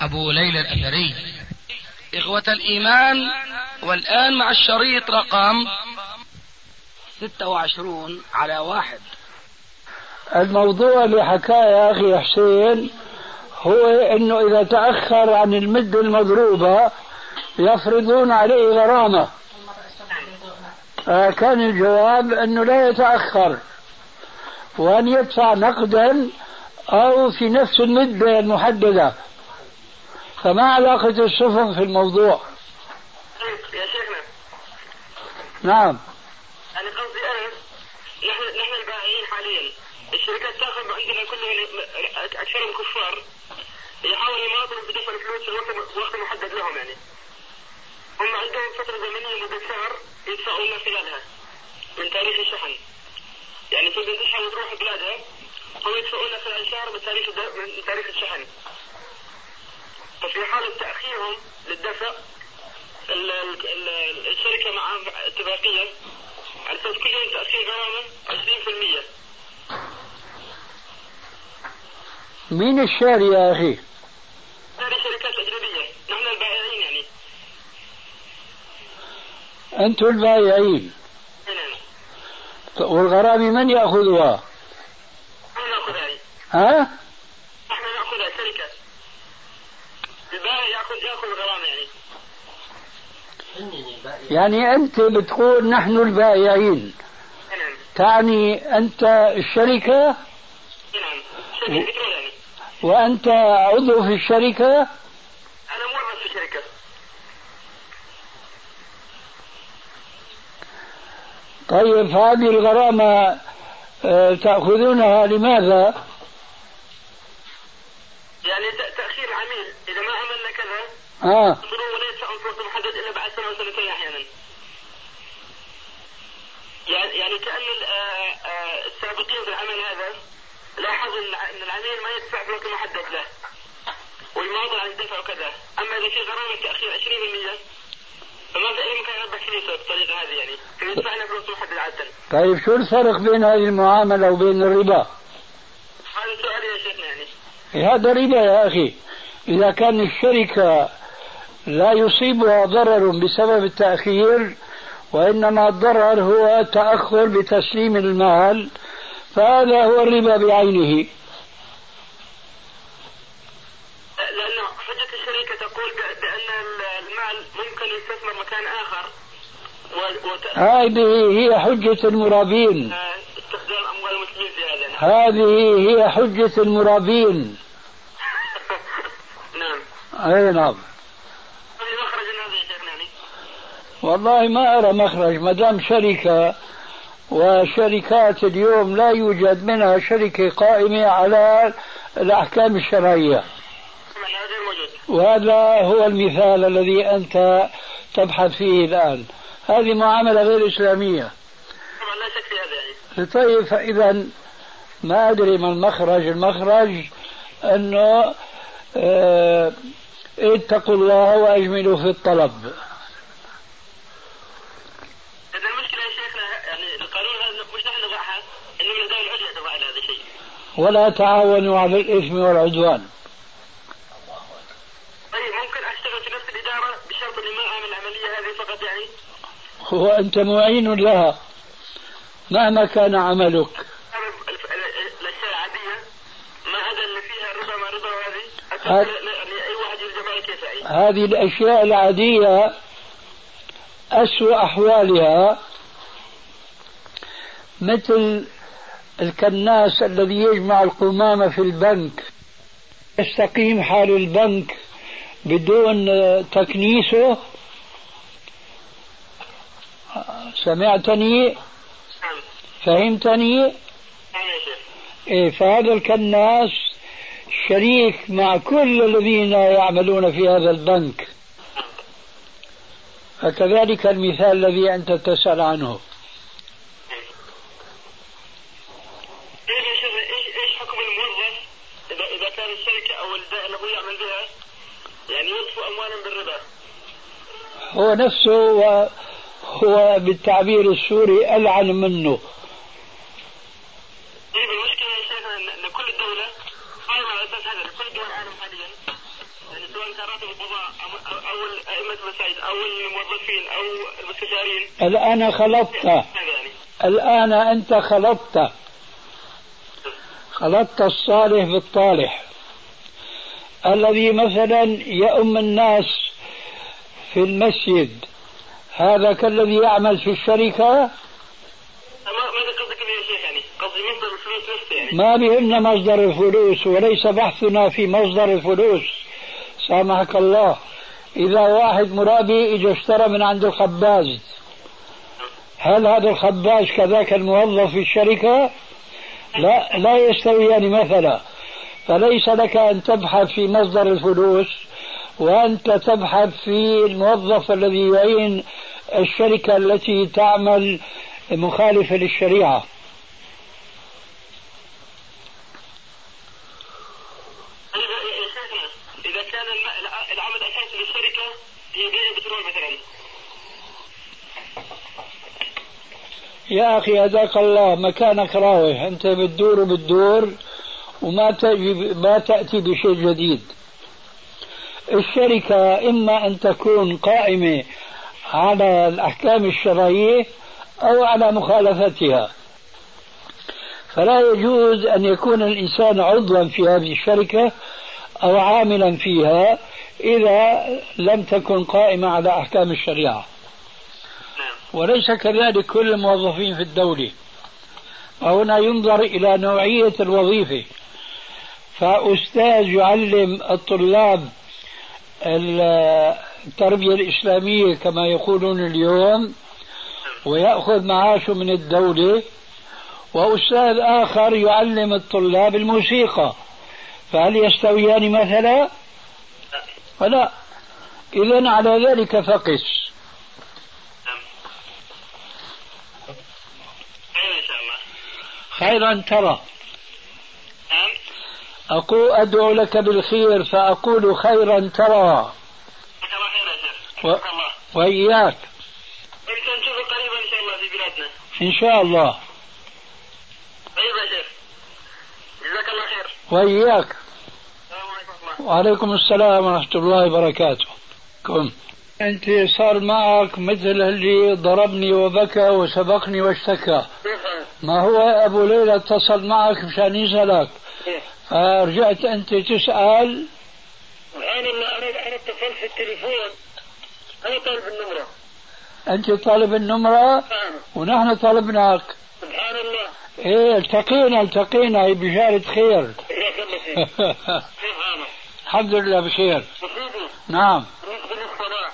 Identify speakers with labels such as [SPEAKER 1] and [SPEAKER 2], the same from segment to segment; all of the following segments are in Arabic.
[SPEAKER 1] أبو ليلى الأثري إخوة الإيمان والآن مع الشريط رقم 26 على واحد
[SPEAKER 2] الموضوع اللي حكاه يا أخي حسين هو أنه إذا تأخر عن المدة المضروبة يفرضون عليه غرامة آه كان الجواب أنه لا يتأخر وأن يدفع نقدا أو في نفس المدة المحددة فما علاقة السفن في الموضوع
[SPEAKER 3] طيب يا شيخنا
[SPEAKER 2] نعم
[SPEAKER 3] انا قصدي انا نحن نحن البائعين حاليا الشركات تاخذ عندنا كلهم اكثرهم كفار يحاولوا يماطلوا بدفع الفلوس في وقت وقت محدد لهم يعني هم عندهم فتره زمنيه مده شهر يدفعوا ما خلالها من تاريخ الشحن يعني في الشحن وتروح بلادها هو يدفعوا لنا خلال شهر من تاريخ الد- من تاريخ الشحن ففي حالة تأخيرهم للدفع ال- ال- ال- الشركة معها اتفاقية على أساس كل يوم تأخير غرامة 20%
[SPEAKER 2] مين الشاري يا أخي
[SPEAKER 3] هذه شركات أجنبية نحن البائعين يعني
[SPEAKER 2] أنتم البائعين
[SPEAKER 3] هنا
[SPEAKER 2] والغرامة من يأخذها
[SPEAKER 3] نحن نأخذها هي.
[SPEAKER 2] ها
[SPEAKER 3] نحن نأخذها الشركة البائع يأخذ يأخذ غرامة يعني
[SPEAKER 2] يعني أنت بتقول نحن البائعين
[SPEAKER 3] نعم
[SPEAKER 2] تعني أنت الشركة
[SPEAKER 3] نعم شركة بترول يعني
[SPEAKER 2] وأنت عضو في الشركة
[SPEAKER 3] أنا موظف في شركة
[SPEAKER 2] طيب هذه الغرامة آه، تأخذونها لماذا؟
[SPEAKER 3] يعني ت- تأخير العميل إذا ما عملنا كذا
[SPEAKER 2] آه
[SPEAKER 3] ينظرون ولا يدفعون في وقت محدد الا بعد سنه وسنتين احيانا. يعني يعني كان ال- آه، آه، السابقين في العمل هذا لاحظوا ان ان العميل ما يدفع في وقت محدد له. ويماطل عن الدفع وكذا، اما اذا في غرامه تاخير 20% فما في اي مكان يربح فلوسه بالطريقه هذه يعني، فيدفع لنا في وقت محدد عاده.
[SPEAKER 2] طيب شو الفرق بين هذه المعاملة وبين الربا؟
[SPEAKER 3] هذا سؤالي يا شيخنا يعني.
[SPEAKER 2] هذا ربا يا أخي إذا كان الشركة لا يصيبها ضرر بسبب التأخير وإنما الضرر هو تأخر بتسليم المال فهذا هو الربا بعينه
[SPEAKER 3] آه، لأن حجة الشركة تقول ب- بأن المال ممكن يستثمر مكان آخر و- وت-
[SPEAKER 2] هذه هي حجة المرابين
[SPEAKER 3] استخدام اموال المسلمين في هذا
[SPEAKER 2] هذه هي حجة المرابين
[SPEAKER 3] نعم
[SPEAKER 2] أي نعم
[SPEAKER 3] هذه مخرج هذا يا شيخنا يعني
[SPEAKER 2] والله ما أرى مخرج ما دام شركة وشركات اليوم لا يوجد منها شركة قائمة على الأحكام الشرعية
[SPEAKER 3] طبعا هذا غير موجود
[SPEAKER 2] وهذا هو المثال الذي أنت تبحث فيه الآن هذه معاملة غير إسلامية
[SPEAKER 3] طبعا لا شك في هذا يعني
[SPEAKER 2] طيب فإذا ما أدري ما المخرج المخرج أنه آه، اتقوا الله وأجملوا في الطلب
[SPEAKER 3] اذا المشكله يا شيخنا يعني القانون هذا مش نحن نضعها انما الدول العليا تضع هذا الشيء
[SPEAKER 2] ولا تعاونوا على الإثم والعدوان
[SPEAKER 3] طيب ممكن اشتغل في نفس الاداره بشرط اني ما اعمل العمليه هذه فقط يعني
[SPEAKER 2] هو أنت معين لها مهما كان عملك
[SPEAKER 3] أعمل الف- ال- الاشياء العاديه ما عدا اللي فيها الربا ما الربا وهذه
[SPEAKER 2] هاد-
[SPEAKER 3] أتوقع يعني اي واحد يرجع معي كيفه يعني
[SPEAKER 2] هذه الأشياء العادية أسوأ أحوالها مثل الكناس الذي يجمع القمامة في البنك يستقيم حال البنك بدون آه، تكنيسه آه، سمعتني
[SPEAKER 3] نعم
[SPEAKER 2] فهمتني
[SPEAKER 3] نعم يا شيخ
[SPEAKER 2] إيه، فهذا الكناس شريك مع كل الذين يعملون في هذا البنك فكذلك المثال الذي أنت تسأل عنه
[SPEAKER 3] ايش ايش ايش ايش حكم الموظف اذا اذا كان الشركه او البيئه اللي هو يعمل بها يعني يطفوا اموالهم بالربا
[SPEAKER 2] هو نفسه هو, هو بالتعبير السوري ألعن منه
[SPEAKER 3] طيب المشكله يا شيخ ان إن كل الدوله قائمه على اساس هذا كل دول العالم حاليا يعني سواء كان راتب القضاء أو- أو- او ائمه المساجد او الموظفين او المستشارين
[SPEAKER 2] الآن خلطت
[SPEAKER 3] هذا يعني
[SPEAKER 2] الآن أنت خلطت خلطت الصالح بالطالح الذي مثلا يؤم الناس في المسجد هذا كالذي يعمل في الشركة
[SPEAKER 3] ما ماذا قصدك به يا شيخ يعني قصدي مصدر الفلوس نفسه يعني
[SPEAKER 2] ما بيهمنا مصدر الفلوس وليس بحثنا في مصدر الفلوس سامحك الله إذا واحد مرابي إجا اشترى من عند الخباز هل هذا الخباز كذاك الموظف في الشركة؟ لا لا يستويان مثلا فليس لك أن تبحث في مصدر الفلوس وأنت تبحث في الموظف الذي يعين الشركة التي تعمل مخالفة للشريعة
[SPEAKER 3] طيب يا- يا شيخنا اذا كان الم- الع- العمل الاساسي للشركه هي بيع البترول مثلا
[SPEAKER 2] يا أخي هداك الله مكانك راوح أنت بتدور وبتدور وما تجي ما تأتي بشيء جديد الشركة إما أن تكون قائمة على الأحكام الشرعية أو على مخالفتها فلا يجوز أن يكون الإنسان عضوا في هذه الشركة أو عاملا فيها إذا لم تكن قائمة على أحكام الشريعة
[SPEAKER 3] نعم
[SPEAKER 2] وليس كذلك كل الموظفين في الدولة وهنا ينظر إلى نوعية الوظيفة فأستاذ يعلم الطلاب التربية الإسلامية كما يقولون اليوم
[SPEAKER 3] نعم،
[SPEAKER 2] ويأخذ معاشه من الدولة وأستاذ آخر يعلم الطلاب الموسيقى فهل يستويان مثلا؟
[SPEAKER 3] نعم،
[SPEAKER 2] فلا إذا على ذلك فقس
[SPEAKER 3] نعم خير ان شاء الله
[SPEAKER 2] خيرا ترى
[SPEAKER 3] نعم
[SPEAKER 2] أقول أدعو لك بالخير فأقول خيرا ترى
[SPEAKER 3] جزاك الله خير يا شيخ
[SPEAKER 2] و-
[SPEAKER 3] شكرا الله
[SPEAKER 2] وإياك
[SPEAKER 3] انت نشوفك قريبا ان شاء الله في بلادنا
[SPEAKER 2] إن شاء الله
[SPEAKER 3] طيب يا شيخ جزاك الله خير
[SPEAKER 2] وإياك
[SPEAKER 3] السلام عليكم ورحمه الله
[SPEAKER 2] وعليكم السلام ورحمة الله وبركاته كم أنت صار معك مثل اللي ضربني وبكى وسبقني واشتكى
[SPEAKER 3] آه،
[SPEAKER 2] ما هو أبو ليلى اتصل معك مشان يسألك فرجعت أنت تسأل
[SPEAKER 3] الان انا انا انا اتصلت في التليفون انا طالب النمره
[SPEAKER 2] أنت طالب النمرة
[SPEAKER 3] نعم
[SPEAKER 2] ونحن طلبناك
[SPEAKER 3] سبحان الله
[SPEAKER 2] إيه التقينا التقينا هي بشارة خير
[SPEAKER 3] جزاك الله خير كيف حالك؟
[SPEAKER 2] الحمد لله بخير
[SPEAKER 3] مصيبه
[SPEAKER 2] نعم
[SPEAKER 3] بالنسبه للصلاه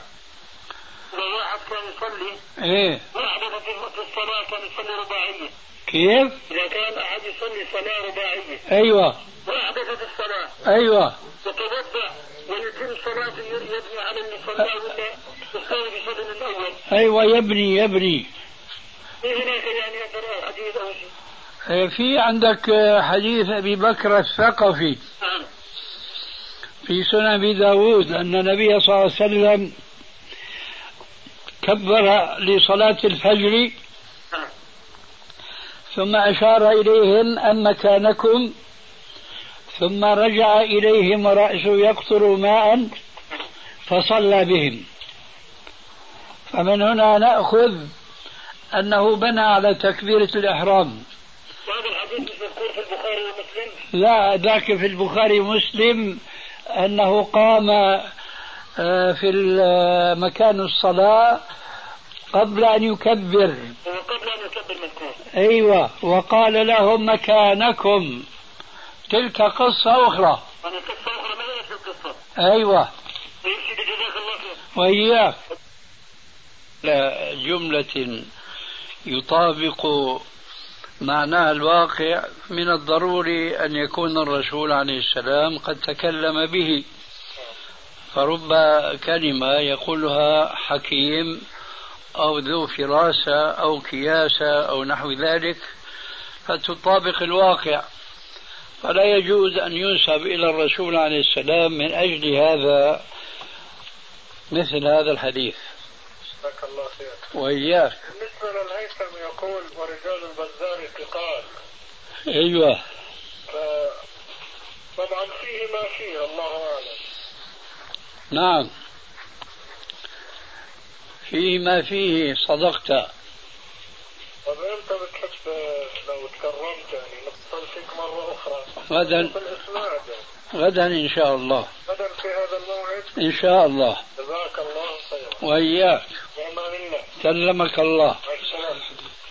[SPEAKER 3] اذا واحد كان يصلي
[SPEAKER 2] ايه
[SPEAKER 3] واحد في الصلاه كان يصلي رباعيه
[SPEAKER 2] كيف؟
[SPEAKER 3] إذا كان أحد يصلي صلاة رباعية
[SPEAKER 2] ايوه
[SPEAKER 3] وأحدثت الصلاة
[SPEAKER 2] ايوه
[SPEAKER 3] يتوضأ ويتم صلاة يبني على اللي صلاه ولا يستوي بشكل الأول
[SPEAKER 2] ايوه يبني يبني
[SPEAKER 3] في هناك يعني أثر حديث أو شيء
[SPEAKER 2] إيه، في عندك آه، حديث ابي بكر الثقفي
[SPEAKER 3] نعم
[SPEAKER 2] في سنن ابي داود ان النبي صلى الله عليه وسلم كبر لصلاة الفجر
[SPEAKER 3] نعم
[SPEAKER 2] ثم أشار إليهم أن مكانكم ثم رجع إليهم ورأسه يقطر ماء فصلى بهم فمن هنا نأخذ أنه بنى على تكبيرة الإحرام
[SPEAKER 3] وهذا الحديث مش مذكور في البخاري ومسلم
[SPEAKER 2] لا ذاك في البخاري مسلم أنه قام آه، في ال- مكان الصلاة قبل أن يكبر
[SPEAKER 3] وقبل أن يكبر المذكور
[SPEAKER 2] أيوة وقال لهم مكانكم تلك قصة أخرى
[SPEAKER 3] وأنا قصة أخرى ما هي في القصة
[SPEAKER 2] أيوة
[SPEAKER 3] ويمشي بجزاك الله خير
[SPEAKER 2] وإياك جملة يطابق معناها الواقع من الضروري أن يكون الرسول عليه السلام قد تكلم به فرب كلمة يقولها حكيم أو ذو فراسة أو كياسة أو نحو ذلك فتطابق الواقع فلا يجوز أن ينسب إلى الرسول عليه السلام من أجل هذا مثل هذا الحديث
[SPEAKER 4] جزاك الله خير
[SPEAKER 2] وإياك
[SPEAKER 4] بالنسبة للهيثم يقول ورجال البزار ثقال
[SPEAKER 2] أيوه
[SPEAKER 4] ف- طبعا فيه ما فيه الله أعلم
[SPEAKER 2] نعم فيه ما فيه صدقت
[SPEAKER 4] طب امتى بتحب لو تكرمت يعني نتصل فيك مرة أخرى
[SPEAKER 2] غدا
[SPEAKER 4] في الإسناد
[SPEAKER 2] غدا إن شاء الله
[SPEAKER 4] غدا في هذا الموعد
[SPEAKER 2] إن شاء الله
[SPEAKER 4] جزاك الله خيرا
[SPEAKER 2] وإياك
[SPEAKER 4] نعم بالله
[SPEAKER 2] سلمك الله
[SPEAKER 4] مع السلامة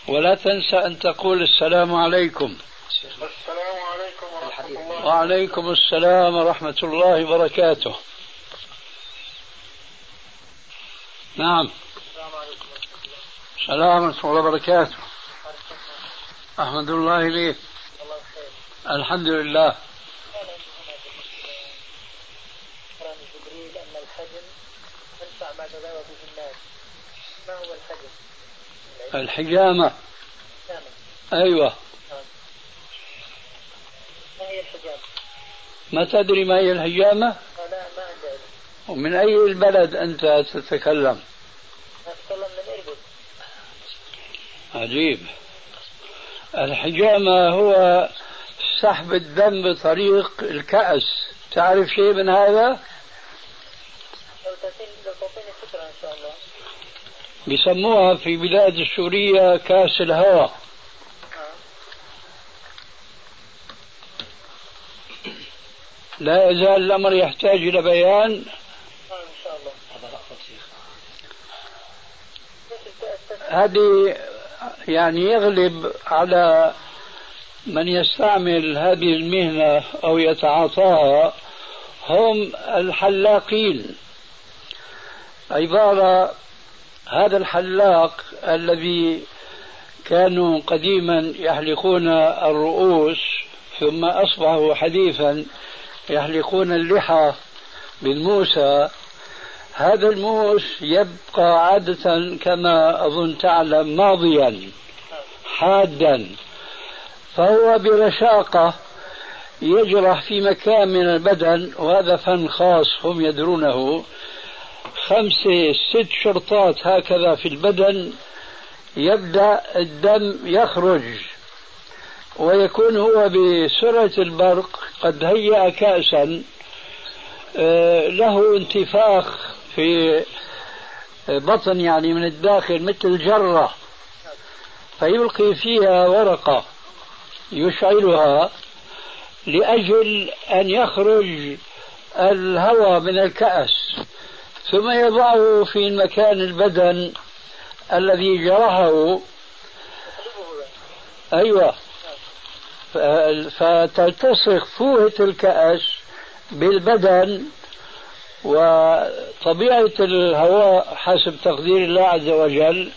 [SPEAKER 2] ولا تنسى أن تقول السلام عليكم
[SPEAKER 4] السلام عليكم ورحمة الله
[SPEAKER 2] وعليكم السلام ورحمة الله وبركاته نعم
[SPEAKER 4] السلام عليكم ورحمة الله
[SPEAKER 2] السلام ورحمة الله وبركاته أحمد الله إليك
[SPEAKER 4] الله خير
[SPEAKER 2] الحمد لله
[SPEAKER 4] قال عندي هنا بالنسبة كلام جبريل أن الحجم ينفع ما تداوى به الناس ما هو الحجم؟
[SPEAKER 2] الحجامة
[SPEAKER 4] كامل
[SPEAKER 2] أيوة
[SPEAKER 4] ما هي الحجاب؟
[SPEAKER 2] ما تدري ما هي الحجامة
[SPEAKER 4] لا ما عندي علم
[SPEAKER 2] ومن أي البلد أنت تتكلم
[SPEAKER 4] أتكلم من إربد
[SPEAKER 2] عجيب الحجامة هو سحب الدم بطريق الكأس تعرف شيء من هذا
[SPEAKER 4] لو تعطيني لو تعطيني فكرة إن شاء الله
[SPEAKER 2] بيسموها في بلاد السورية كأس الهوى
[SPEAKER 4] آه.
[SPEAKER 2] لا يزال الأمر يحتاج إلى بيان
[SPEAKER 4] آه إن شاء الله
[SPEAKER 2] هذه يعني يغلب على من يستعمل هذه المهنة أو يتعاطاها هم الحلاقين عبارة هذا الحلاق الذي كانوا قديما يحلقون الرؤوس ثم أصبحوا حديثا يحلقون اللحى بالموسى هذا الموس يبقى عادة كما أظن تعلم ماضيا حادا فهو برشاقة يجرح في مكان من البدن وهذا فن خاص هم يدرونه خمسة ست شرطات هكذا في البدن يبدأ الدم يخرج ويكون هو بسرعة البرق قد هيأ كأسا آه، له انتفاخ في بطن يعني من الداخل مثل جرة فيلقي فيها ورقة يشعلها لأجل أن يخرج الهواء من الكأس ثم يضعه في مكان البدن الذي جرحه أيوة ف- فتلتصق فوهة الكأس بالبدن وطبيعة الهواء حسب تقدير الله عز وجل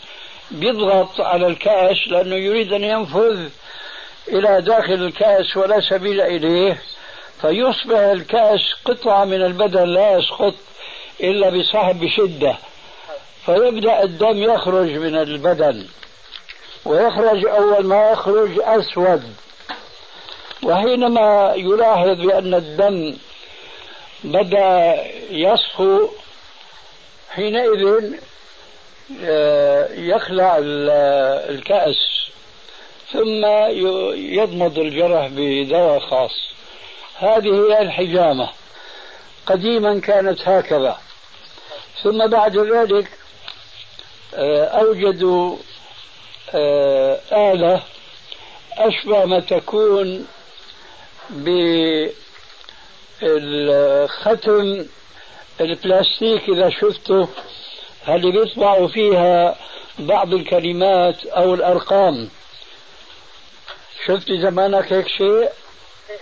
[SPEAKER 2] بيضغط على الكأس لأنه يريد أن ينفذ إلى داخل الكأس ولا سبيل إليه فيصبح الكأس قطعة من البدن لا يسقط إلا بصاحب بشدة فيبدأ الدم يخرج من البدن ويخرج أول ما يخرج أسود وحينما يلاحظ بأن الدم بدأ يصفو حينئذ آه، يخلع ال- الكأس ثم ي- يضمد الجرح بدواء خاص هذه هي الحجامة قديما كانت هكذا ثم بعد ذلك آه، أوجدوا آه، آلة أشبه ما تكون بالختم البلاستيك إذا شفته اللي بيطبعوا فيها بعض الكلمات أو الأرقام شفت زمانك هيك شيء
[SPEAKER 4] في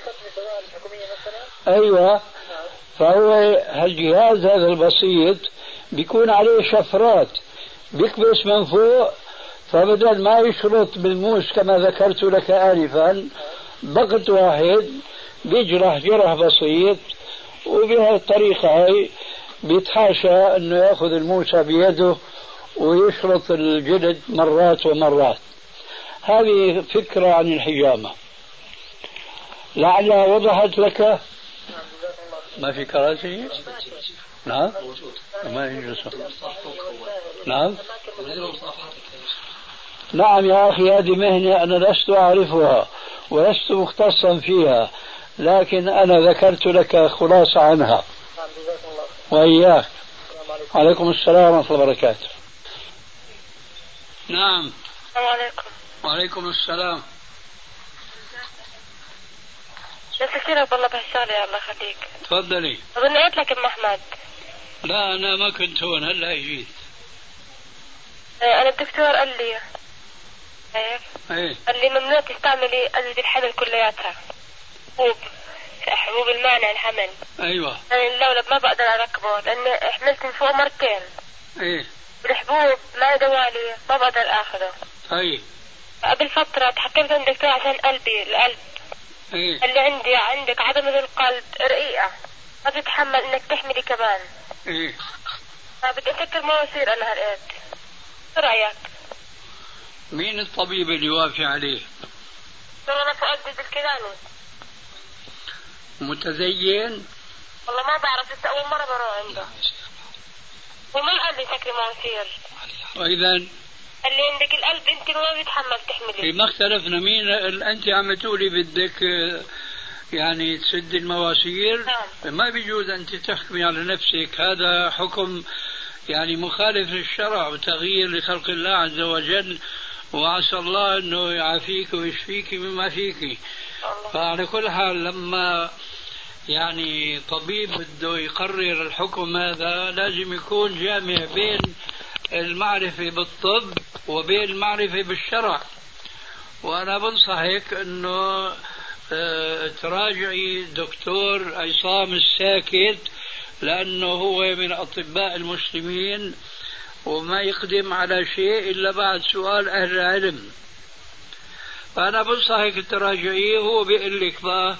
[SPEAKER 4] ختم الدواء الحكومية مثلا
[SPEAKER 2] أيوة
[SPEAKER 4] آه.
[SPEAKER 2] فهو هالجهاز هذا البسيط بيكون عليه شفرات بيكبس من فوق فبدل ما يشرط بالموس كما ذكرت لك آنفا ضغط واحد بيجرح جرح بسيط وبهالطريقة هاي بيتحاشى أنه يأخذ الموسى بيده ويشرط الجلد مرات ومرات هذه فكرة عن الحجامة لعلها وضحت لك
[SPEAKER 3] نعم جزاك الله خير.
[SPEAKER 2] ما في كراسي نعم ما يجلسوا نعم نعم يا أخي هذه مهنة أنا لست أعرفها ولست مختصا فيها لكن أنا ذكرت لك خلاصة عنها
[SPEAKER 3] نعم جزاكم الله خير
[SPEAKER 2] وإياك
[SPEAKER 3] السلام عليكم
[SPEAKER 2] وعليكم السلام ورحمة الله وبركاته نعم
[SPEAKER 4] السلام عليكم
[SPEAKER 2] وعليكم السلام
[SPEAKER 4] شو تفكيرك والله بهالشغلة الله يخليك
[SPEAKER 2] تفضلي
[SPEAKER 4] أظن قلت لك أم أحمد
[SPEAKER 2] لا أنا ما كنت هون هلا جيت
[SPEAKER 4] إيه، أنا الدكتور قال لي إيه،
[SPEAKER 2] إيه
[SPEAKER 4] قال لي ممنوع تستعملي أجهزة الحمل كلياتها حبوب حبوب المعنى الحمل
[SPEAKER 2] أيوة
[SPEAKER 4] يعني اللولب ما بقدر أركبه لأن حملت من فوق مرتين
[SPEAKER 2] إيه
[SPEAKER 4] والحبوب ما دوالي ما بقدر آخذه
[SPEAKER 2] طيب
[SPEAKER 4] قبل فترة تحكمت عند دكتور عشان قلبي القلب
[SPEAKER 2] إيه
[SPEAKER 4] قال لي عندي عندك عدمة القلب رقيقة ما تتحمل إنك تحملي كمان
[SPEAKER 2] إيه
[SPEAKER 4] ما بدي أفكر ما يصير أنا هالقد شو رأيك؟
[SPEAKER 2] مين الطبيب اللي وافي عليه
[SPEAKER 4] والله أنا فؤاد بالكناني
[SPEAKER 2] متزين
[SPEAKER 4] والله ما بعرف لسه أول مرة بروح عنده وما قال لي شكلي ما يصير
[SPEAKER 2] وإذا
[SPEAKER 4] قال لي عندك القلب أنت ما بيتحمل
[SPEAKER 3] إيه.
[SPEAKER 4] تحملي
[SPEAKER 2] ما اختلفنا مين ال- أنت عم تقولي بدك آه، يعني تسد المواسير
[SPEAKER 4] نعم.
[SPEAKER 2] ما بيجوز أنت تحكمي على نفسك هذا حكم يعني مخالف للشرع وتغيير لخلق الله عز وجل وعسى الله أنه يعافيك ويشفيك مما فيك
[SPEAKER 4] والله
[SPEAKER 2] فعلى كل حال لما يعني طبيب بده يقرر الحكم هذا لازم يكون جامع بين المعرفة بالطب وبين المعرفة بالشرع وأنا بنصحك أنه آه، تراجعي دكتور عصام الساكت لأنه هو من أطباء المسلمين وما يقدم على شيء إلا بعد سؤال أهل العلم فأنا بنصحك تراجعيه هو بيقول لك بقى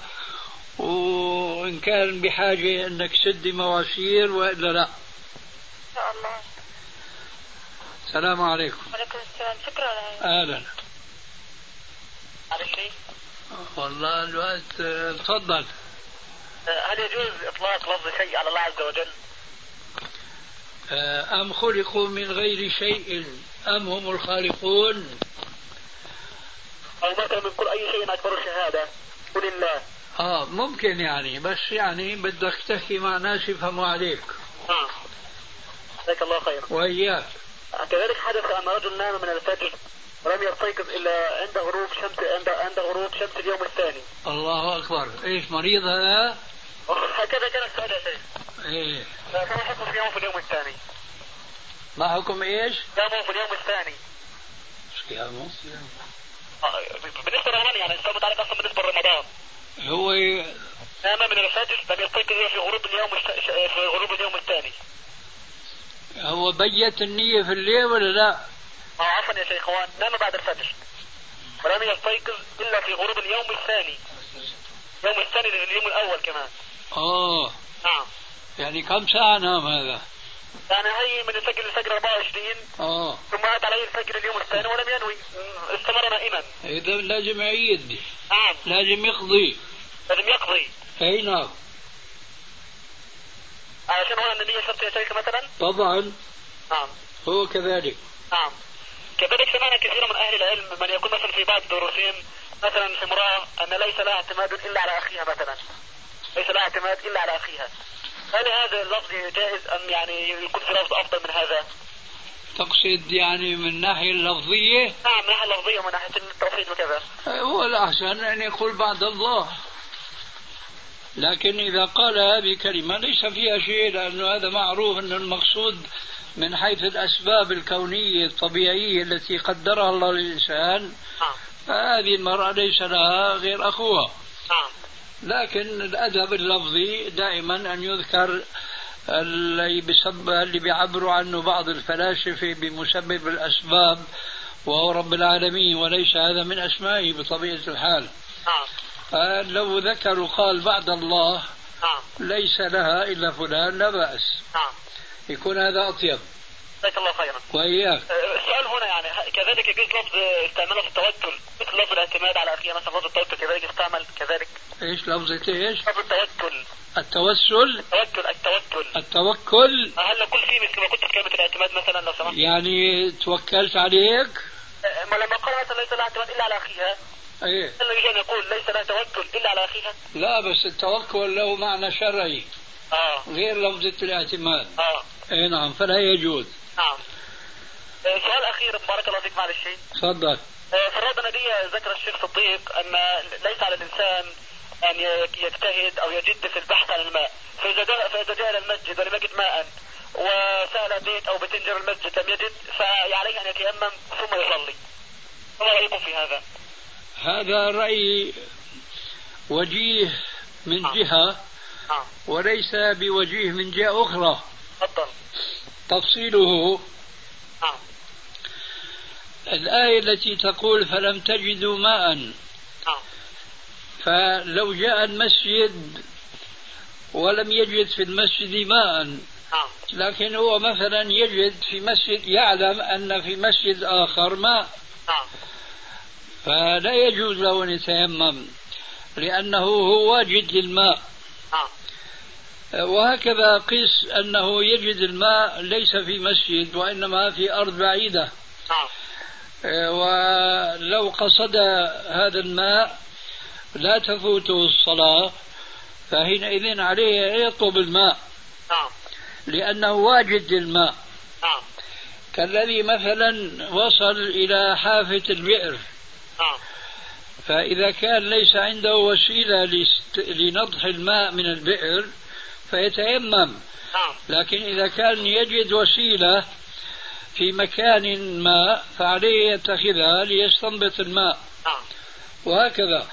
[SPEAKER 2] وإن كان بحاجة أنك سدي مواسير وإلا لا
[SPEAKER 4] إن شاء الله
[SPEAKER 2] السلام عليكم
[SPEAKER 4] وعليكم السلام شكرا لك
[SPEAKER 2] أهلا
[SPEAKER 3] على شيء
[SPEAKER 2] والله الوقت آه، تفضل
[SPEAKER 3] هل يجوز اطلاق لفظ شيء على الله عز وجل؟
[SPEAKER 2] آه، أم خلقوا من غير شيء أم هم الخالقون
[SPEAKER 3] او مثلا من كل اي شيء اكبر الشهاده قل الله
[SPEAKER 2] آه ممكن يعني بس يعني بدك تحكي مع ناس يفهموا عليك
[SPEAKER 3] نعم جزاك الله خير
[SPEAKER 2] وإياك
[SPEAKER 3] كذلك حدث ان رجل نام من الفجر ولم يستيقظ الا عند غروب شمس عند عند غروب شمس اليوم الثاني
[SPEAKER 2] الله أكبر إيش مريض هذا؟
[SPEAKER 3] هكذا كان السؤال يا شيخ
[SPEAKER 2] إيه
[SPEAKER 3] فما حكم في يوم في اليوم الثاني؟
[SPEAKER 2] ما حكم إيش؟
[SPEAKER 3] قاموا في اليوم الثاني
[SPEAKER 2] صيامه
[SPEAKER 3] آه، بالنسبه لرمضان يعني الصوم عليك اصلا بالنسبه لرمضان
[SPEAKER 2] هو
[SPEAKER 3] نام من الفجر لم يستيقظ إلا في غروب اليوم الس- في غروب اليوم الثاني
[SPEAKER 2] هو بيت النية في الليل ولا لا؟
[SPEAKER 3] آه، عفوا يا شيخ هو نام بعد الفجر ولم يستيقظ الا في غروب اليوم الثاني اليوم الثاني لليوم الاول كمان
[SPEAKER 2] اه
[SPEAKER 3] نعم
[SPEAKER 2] يعني كم ساعة نام هذا؟
[SPEAKER 3] يعني هي من الفجر للفجر 24
[SPEAKER 2] اه
[SPEAKER 3] ثم أتى عليه الفجر اليوم الثاني ولم ينوي نعم. استمر نائما
[SPEAKER 2] إذا لازم يعيد
[SPEAKER 3] نعم
[SPEAKER 2] لازم يقضي
[SPEAKER 3] لازم يقضي
[SPEAKER 2] أي نعم
[SPEAKER 3] علشان هو النبي صلى الله عليه وسلم مثلا
[SPEAKER 2] طبعا
[SPEAKER 3] نعم
[SPEAKER 2] هو كذلك
[SPEAKER 3] نعم كذلك سمعنا كثيرا من اهل العلم من يقول مثلا في بعض دروسهم مثلا في امراه ان ليس لها اعتماد الا على اخيها مثلا ليس لها اعتماد الا على اخيها هل هذا اللفظ جائز ام يعني يكون في لفظ افضل من هذا؟
[SPEAKER 2] تقصد يعني من الناحية اللفظية
[SPEAKER 3] نعم من ناحيه لفظيه ومن ناحيه التوحيد وكذا
[SPEAKER 2] هو الأحسن أن يقول بعد الله لكن إذا قال هذه كلمة ليس فيها شيء لأنه هذا معروف أن المقصود من حيث الأسباب الكونية الطبيعية التي قدرها الله للإنسان
[SPEAKER 3] نعم
[SPEAKER 2] فهذه المرأة ليس لها غير أخوها
[SPEAKER 3] نعم
[SPEAKER 2] لكن الأدب اللفظي دائما أن يذكر اللي بسب اللي بيعبروا عنه بعض الفلاسفة بمسبب الأسباب وهو رب العالمين وليس هذا من أسمائه بطبيعة الحال
[SPEAKER 4] نعم
[SPEAKER 2] فلو ذكروا قال بعد الله
[SPEAKER 4] نعم
[SPEAKER 2] ليس لها إلا فلان لا بأس
[SPEAKER 4] نعم
[SPEAKER 2] يكون هذا أطيب
[SPEAKER 4] جزاك الله خيرا
[SPEAKER 2] وإياك
[SPEAKER 4] أه، السؤال هنا يعني ه- كذلك يجوز لفظ استعماله في التوتر مثل لفظ الاعتماد على اخيه مثلا لفظ التوتر كذلك يستعمل كذلك
[SPEAKER 2] إيش لفظة إيش
[SPEAKER 4] لفظ التوتر
[SPEAKER 2] التوسل
[SPEAKER 4] التوتر التوكل
[SPEAKER 2] التوكل
[SPEAKER 4] هل نقول فيه مثل ما قلت في كلمه الاعتماد مثلا لو سمحت
[SPEAKER 2] يعني توكلت عليك
[SPEAKER 4] أه، ما لما قال مثلا ليس لها اعتماد الا على اخيها
[SPEAKER 2] ايه
[SPEAKER 4] هل يجي أن يقول ليس لها توكل الا على اخيها
[SPEAKER 2] لا بس التوكل له معنى شرعي
[SPEAKER 4] اه
[SPEAKER 2] غير لفظة الاعتماد
[SPEAKER 4] اه
[SPEAKER 2] اي نعم فلا يجوز
[SPEAKER 4] نعم أه، سؤال اخير بارك الله فيك معلش
[SPEAKER 2] تفضل
[SPEAKER 4] أه، في الروضه النبيه ذكر الشيخ صديق ان ليس على الانسان ان يجتهد او يجد في البحث عن الماء فاذا جاء فاذا جاء الى المسجد يعني ولم يجد ماء وسال بيت او بتنجر المسجد لم يجد فعليه ان يتيمم ثم يصلي ما رايكم في هذا؟
[SPEAKER 2] هذا رأي وجيه من جهة
[SPEAKER 4] نعم
[SPEAKER 2] وليس بوجيه من جهة أخرى
[SPEAKER 4] تفضل
[SPEAKER 2] تفصيله
[SPEAKER 4] نعم
[SPEAKER 2] الآية التي تقول فلم تجدوا ماء
[SPEAKER 4] نعم
[SPEAKER 2] فلو جاء المسجد ولم يجد في المسجد ماء
[SPEAKER 4] نعم
[SPEAKER 2] لكن هو مثلا يجد في مسجد يعلم أن في مسجد آخر ماء
[SPEAKER 4] نعم
[SPEAKER 2] فلا يجوز له أن يتيمم لأنه هو واجد للماء
[SPEAKER 4] نعم
[SPEAKER 2] وهكذا قيس أنه يجد الماء ليس في مسجد وإنما في أرض بعيدة
[SPEAKER 4] نعم
[SPEAKER 2] ولو قصد هذا الماء لا تفوته الصلاة فحينئذ عليه أن يطلب الماء
[SPEAKER 4] نعم
[SPEAKER 2] لأنه واجد للماء
[SPEAKER 4] نعم
[SPEAKER 2] كالذي مثلا وصل إلى حافة البئر
[SPEAKER 4] نعم
[SPEAKER 2] فإذا كان ليس عنده وسيلة لست- لنضح الماء من البئر فيتيمم
[SPEAKER 4] نعم
[SPEAKER 2] لكن إذا كان يجد وسيلة في مكان ما فعليه يتخذها ليستنبط الماء
[SPEAKER 4] نعم
[SPEAKER 2] وهكذا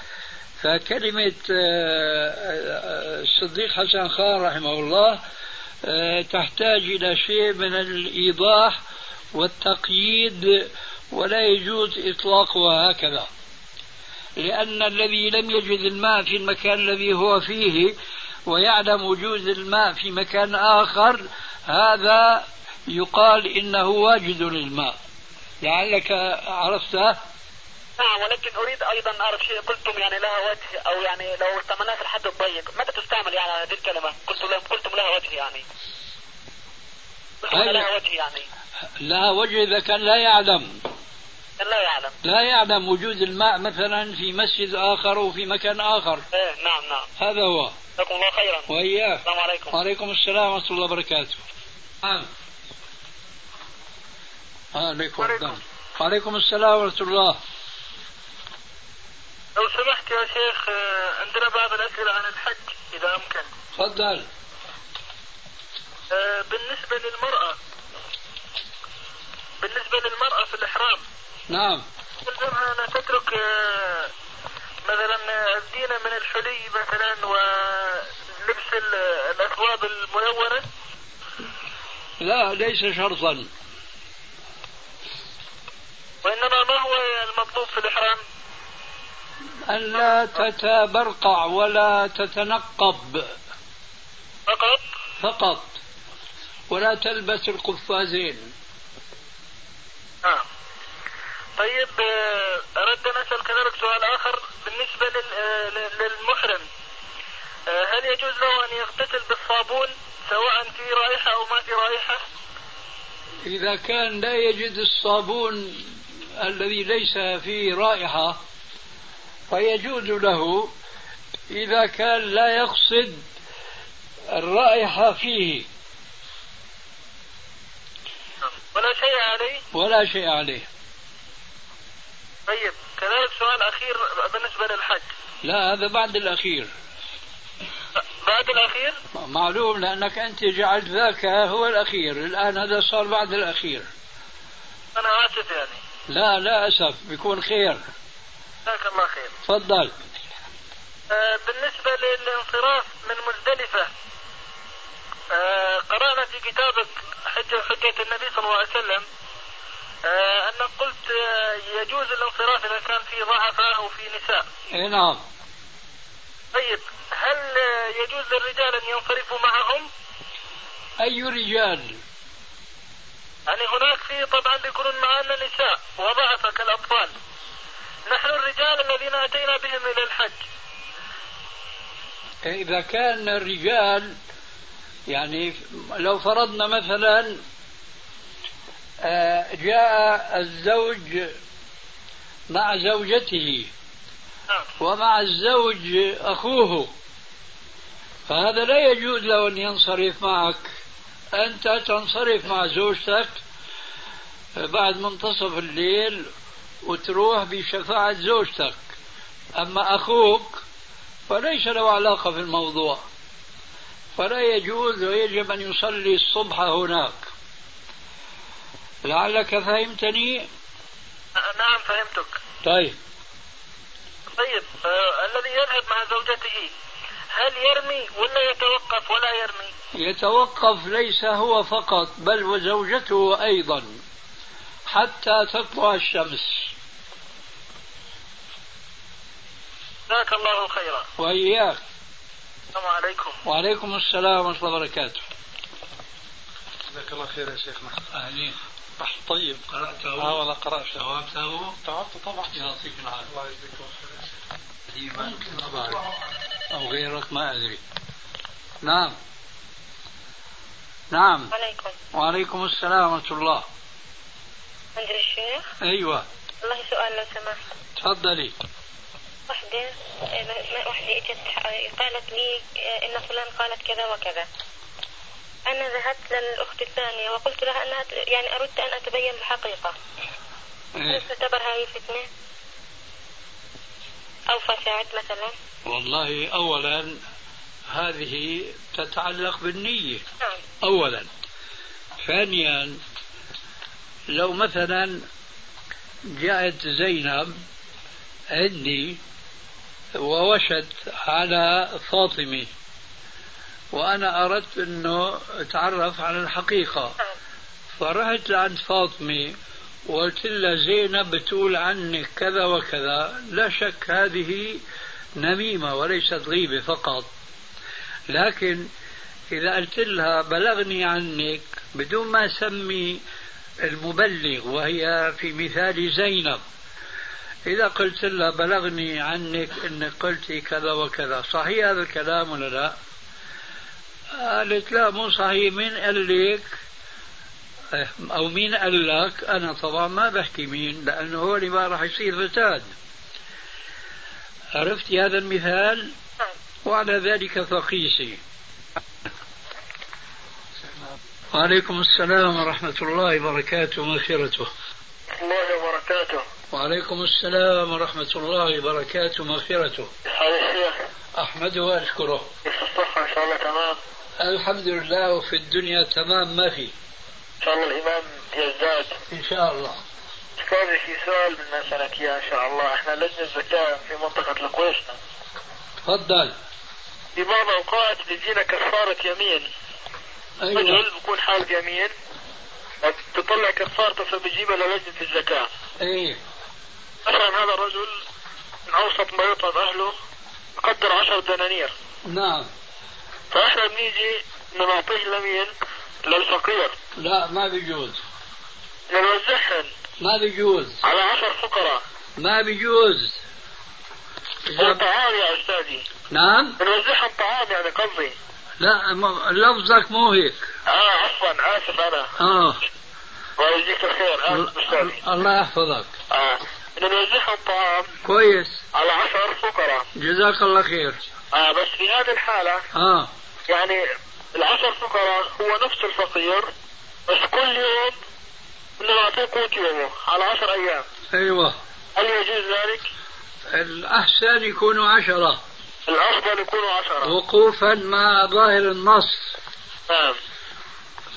[SPEAKER 2] فكلمة آه، آه، الصديق حسن خان رحمه الله آه، تحتاج إلى شيء من الإيضاح والتقييد ولا يجوز إطلاقها هكذا لأن الذي لم يجد الماء في المكان الذي هو فيه ويعلم وجود الماء في مكان آخر هذا يقال إنه واجد للماء لعلك عرفته
[SPEAKER 4] نعم ولكن اريد ايضا اعرف شيء قلتم يعني لها وجه او يعني لو استعملناها في الحد الضيق متى تستعمل يعني هذه الكلمه؟ قلت لهم قلتم لها وجه يعني قلتم
[SPEAKER 2] أيوة.
[SPEAKER 4] لها وجه يعني
[SPEAKER 2] لها وجه إذا كان لا يعلم
[SPEAKER 4] كان لا يعلم
[SPEAKER 2] لا يعلم وجود الماء مثلا في مسجد آخر وفي مكان آخر
[SPEAKER 4] ايه نعم نعم
[SPEAKER 2] هذا هو
[SPEAKER 4] جزاكم الله خيرا
[SPEAKER 2] وإياه
[SPEAKER 4] السلام عليكم
[SPEAKER 2] وعليكم السلام ورحمة الله وبركاته نعم عليكم السلام وعليكم السلام ورحمة الله
[SPEAKER 4] لو سمحت يا شيخ آه، عندنا بعض الاسئله عن الحج اذا امكن
[SPEAKER 2] تفضل
[SPEAKER 4] آه، بالنسبه للمراه بالنسبه للمراه في الاحرام
[SPEAKER 2] نعم
[SPEAKER 4] يلزمها أن تترك آه، مثلا آه، الزينة من الحلي مثلا ولبس ال- الأثواب الملونة
[SPEAKER 2] لا ليس شرطا
[SPEAKER 4] وإنما ما هو المطلوب في الإحرام؟
[SPEAKER 2] أن لا تتبرقع ولا تتنقب
[SPEAKER 4] فقط
[SPEAKER 2] فقط ولا تلبس القفازين
[SPEAKER 4] آه. طيب آه، أردت أن أسأل كذلك سؤال آخر بالنسبة لل- آه، لل- للمحرم آه، هل يجوز له أن يغتسل بالصابون سواء في رائحة أو ما في رائحة؟
[SPEAKER 2] إذا كان لا يجد الصابون الذي ليس فيه رائحة فيجوز له إذا كان لا يقصد الرائحة فيه
[SPEAKER 4] ولا شيء عليه؟
[SPEAKER 2] ولا شيء عليه
[SPEAKER 4] طيب كذلك سؤال أخير بالنسبة للحج
[SPEAKER 2] لا هذا بعد الأخير
[SPEAKER 4] بعد الأخير
[SPEAKER 2] معلوم لأنك أنت جعلت ذاك هو الأخير الآن هذا صار بعد الأخير
[SPEAKER 4] أنا آسف يعني
[SPEAKER 2] لا لا أسف بيكون خير
[SPEAKER 4] جزاك الله خير
[SPEAKER 2] تفضل
[SPEAKER 4] آه بالنسبة للانصراف من مزدلفة آه قرأنا في كتابك حجة حجة النبي صلى الله عليه وسلم آه، أنا قلت آه، يجوز الانصراف إذا كان في ضعفاء أو في نساء
[SPEAKER 2] اي نعم
[SPEAKER 4] طيب هل آه، يجوز للرجال أن ينصرفوا معهم؟
[SPEAKER 2] اي رجال
[SPEAKER 4] يعني هناك في طبعا بيكونون معنا نساء وضعف كالأطفال نحن الرجال الذين أتينا بهم إلى الحج
[SPEAKER 2] إذا كان الرجال يعني لو فرضنا مثلا آه، جاء الزوج مع زوجته
[SPEAKER 4] نعم
[SPEAKER 2] ومع الزوج أخوه فهذا لا يجوز له أن ينصرف معك أنت تنصرف مع زوجتك بعد منتصف الليل وتروح بشفاعة زوجتك أما أخوك فليس له علاقة في الموضوع فلا يجوز ويجب أن يصلي الصبح هناك لعلك فهمتني
[SPEAKER 4] آه، نعم فهمتك
[SPEAKER 2] طيب
[SPEAKER 4] طيب آه، الذي يذهب مع زوجته هل يرمي ولا يتوقف ولا يرمي؟
[SPEAKER 2] يتوقف ليس هو فقط بل وزوجته أيضا حتى تطلع الشمس
[SPEAKER 4] جزاك الله خيرا
[SPEAKER 2] وإياك
[SPEAKER 4] السلام عليكم
[SPEAKER 2] وعليكم السلام ورحمة الله وبركاته
[SPEAKER 5] جزاك الله خير يا شيخنا
[SPEAKER 2] أهلين آه،
[SPEAKER 5] بحث طيب
[SPEAKER 2] قرأته
[SPEAKER 5] اه والله قرأت
[SPEAKER 2] جوابته
[SPEAKER 5] تعبت طبعا
[SPEAKER 2] يعطيك العافية
[SPEAKER 5] الله يجزيك خير يا شيخ
[SPEAKER 2] أو غيرك ما أدري نعم نعم
[SPEAKER 6] عليكم
[SPEAKER 2] وعليكم السلام ورحمة الله
[SPEAKER 6] مدري الشيخ
[SPEAKER 2] أيوة
[SPEAKER 6] والله سؤال لو سمحت
[SPEAKER 2] تفضلي
[SPEAKER 6] وحدة آه، ما- وحدة اجت آه، قالت لي آه، ان فلان قالت كذا وكذا انا ذهبت للاخت الثانية وقلت لها انها ت- يعني اردت ان اتبين الحقيقة هل
[SPEAKER 2] إيه.
[SPEAKER 6] تعتبر هذه فتنة او فساد مثلا
[SPEAKER 2] والله أولا هذه تتعلق بالنية
[SPEAKER 6] نعم
[SPEAKER 2] أولا ثانيا لو مثلا جاءت زينب عندي ووشت على فاطمة وأنا أردت أنه أتعرف على الحقيقة
[SPEAKER 6] نعم
[SPEAKER 2] فرحت لعند فاطمة وقلت لها زينب بتقول عنك كذا وكذا لا شك هذه نميمة وليست غيبة فقط لكن إذا قلت لها بلغني عنك بدون ما أسمي المبلغ وهي في مثال زينب إذا قلت لها بلغني عنك أنك قلت كذا وكذا صحيح هذا الكلام ولا لا قالت لا مو صحيح مين قال لك أو مين قال لك أنا طبعا ما بحكي مين لأنه هو اللي ما راح يصير فساد عرفت هذا المثال
[SPEAKER 6] نعم
[SPEAKER 2] وعلى ذلك فقيسي وعليكم السلام ورحمة الله وبركاته مغفرته
[SPEAKER 4] الله وبركاته
[SPEAKER 2] وعليكم السلام ورحمة الله وبركاته مغفرته
[SPEAKER 4] هذا الشيخ
[SPEAKER 2] أحمده وأشكره
[SPEAKER 4] الصحة إن شاء الله تمام
[SPEAKER 2] الحمد لله وفي الدنيا تمام ما في
[SPEAKER 4] إن شاء الله الإمام يزداد
[SPEAKER 2] إن شاء الله
[SPEAKER 4] استاذي في سؤال بدنا اسالك اياه ان شاء الله احنا لجنه زكاه في منطقه القويشنا
[SPEAKER 2] تفضل
[SPEAKER 4] في بعض الاوقات بيجينا كفاره يمين
[SPEAKER 2] أيوة
[SPEAKER 4] رجل بكون حالف يمين بتطلع كفارته فبيجيبها للجنه الزكاه
[SPEAKER 2] إيه
[SPEAKER 4] مثلا هذا الرجل من اوسط ما يطلب اهله قدر 10 دنانير
[SPEAKER 2] نعم
[SPEAKER 4] فاحنا بنيجي بنعطيه اليمين للفقير
[SPEAKER 2] لا ما بيجوز
[SPEAKER 4] بنوزعهم
[SPEAKER 2] ما بيجوز
[SPEAKER 4] على 10 فقراء
[SPEAKER 2] ما بيجوز
[SPEAKER 4] أو
[SPEAKER 2] إذا-
[SPEAKER 4] طعام يا استاذي
[SPEAKER 2] نعم
[SPEAKER 4] بنوزعهم طعام يعني قصدي
[SPEAKER 2] لا ما- لفظك مو هيك
[SPEAKER 4] اه عفوا اسف انا
[SPEAKER 2] اه
[SPEAKER 4] الله يجزيك الخير آه، أستاذي.
[SPEAKER 2] ال- الله يحفظك
[SPEAKER 4] اه بدنا نوزعها الطعام
[SPEAKER 2] كويس
[SPEAKER 4] على عشر فقراء
[SPEAKER 2] جزاك الله خير
[SPEAKER 4] آه بس في هذه الحالة
[SPEAKER 2] اه
[SPEAKER 4] يعني العشر فقراء هو نفس الفقير بس كل يوم بدنا نعطيه قوت يومه على عشر أيام
[SPEAKER 2] ايوه
[SPEAKER 4] هل يجوز ذلك؟
[SPEAKER 2] الاحسن يكونوا عشرة
[SPEAKER 4] الأفضل يكونوا عشرة
[SPEAKER 2] وقوفا مع ظاهر النص
[SPEAKER 4] نعم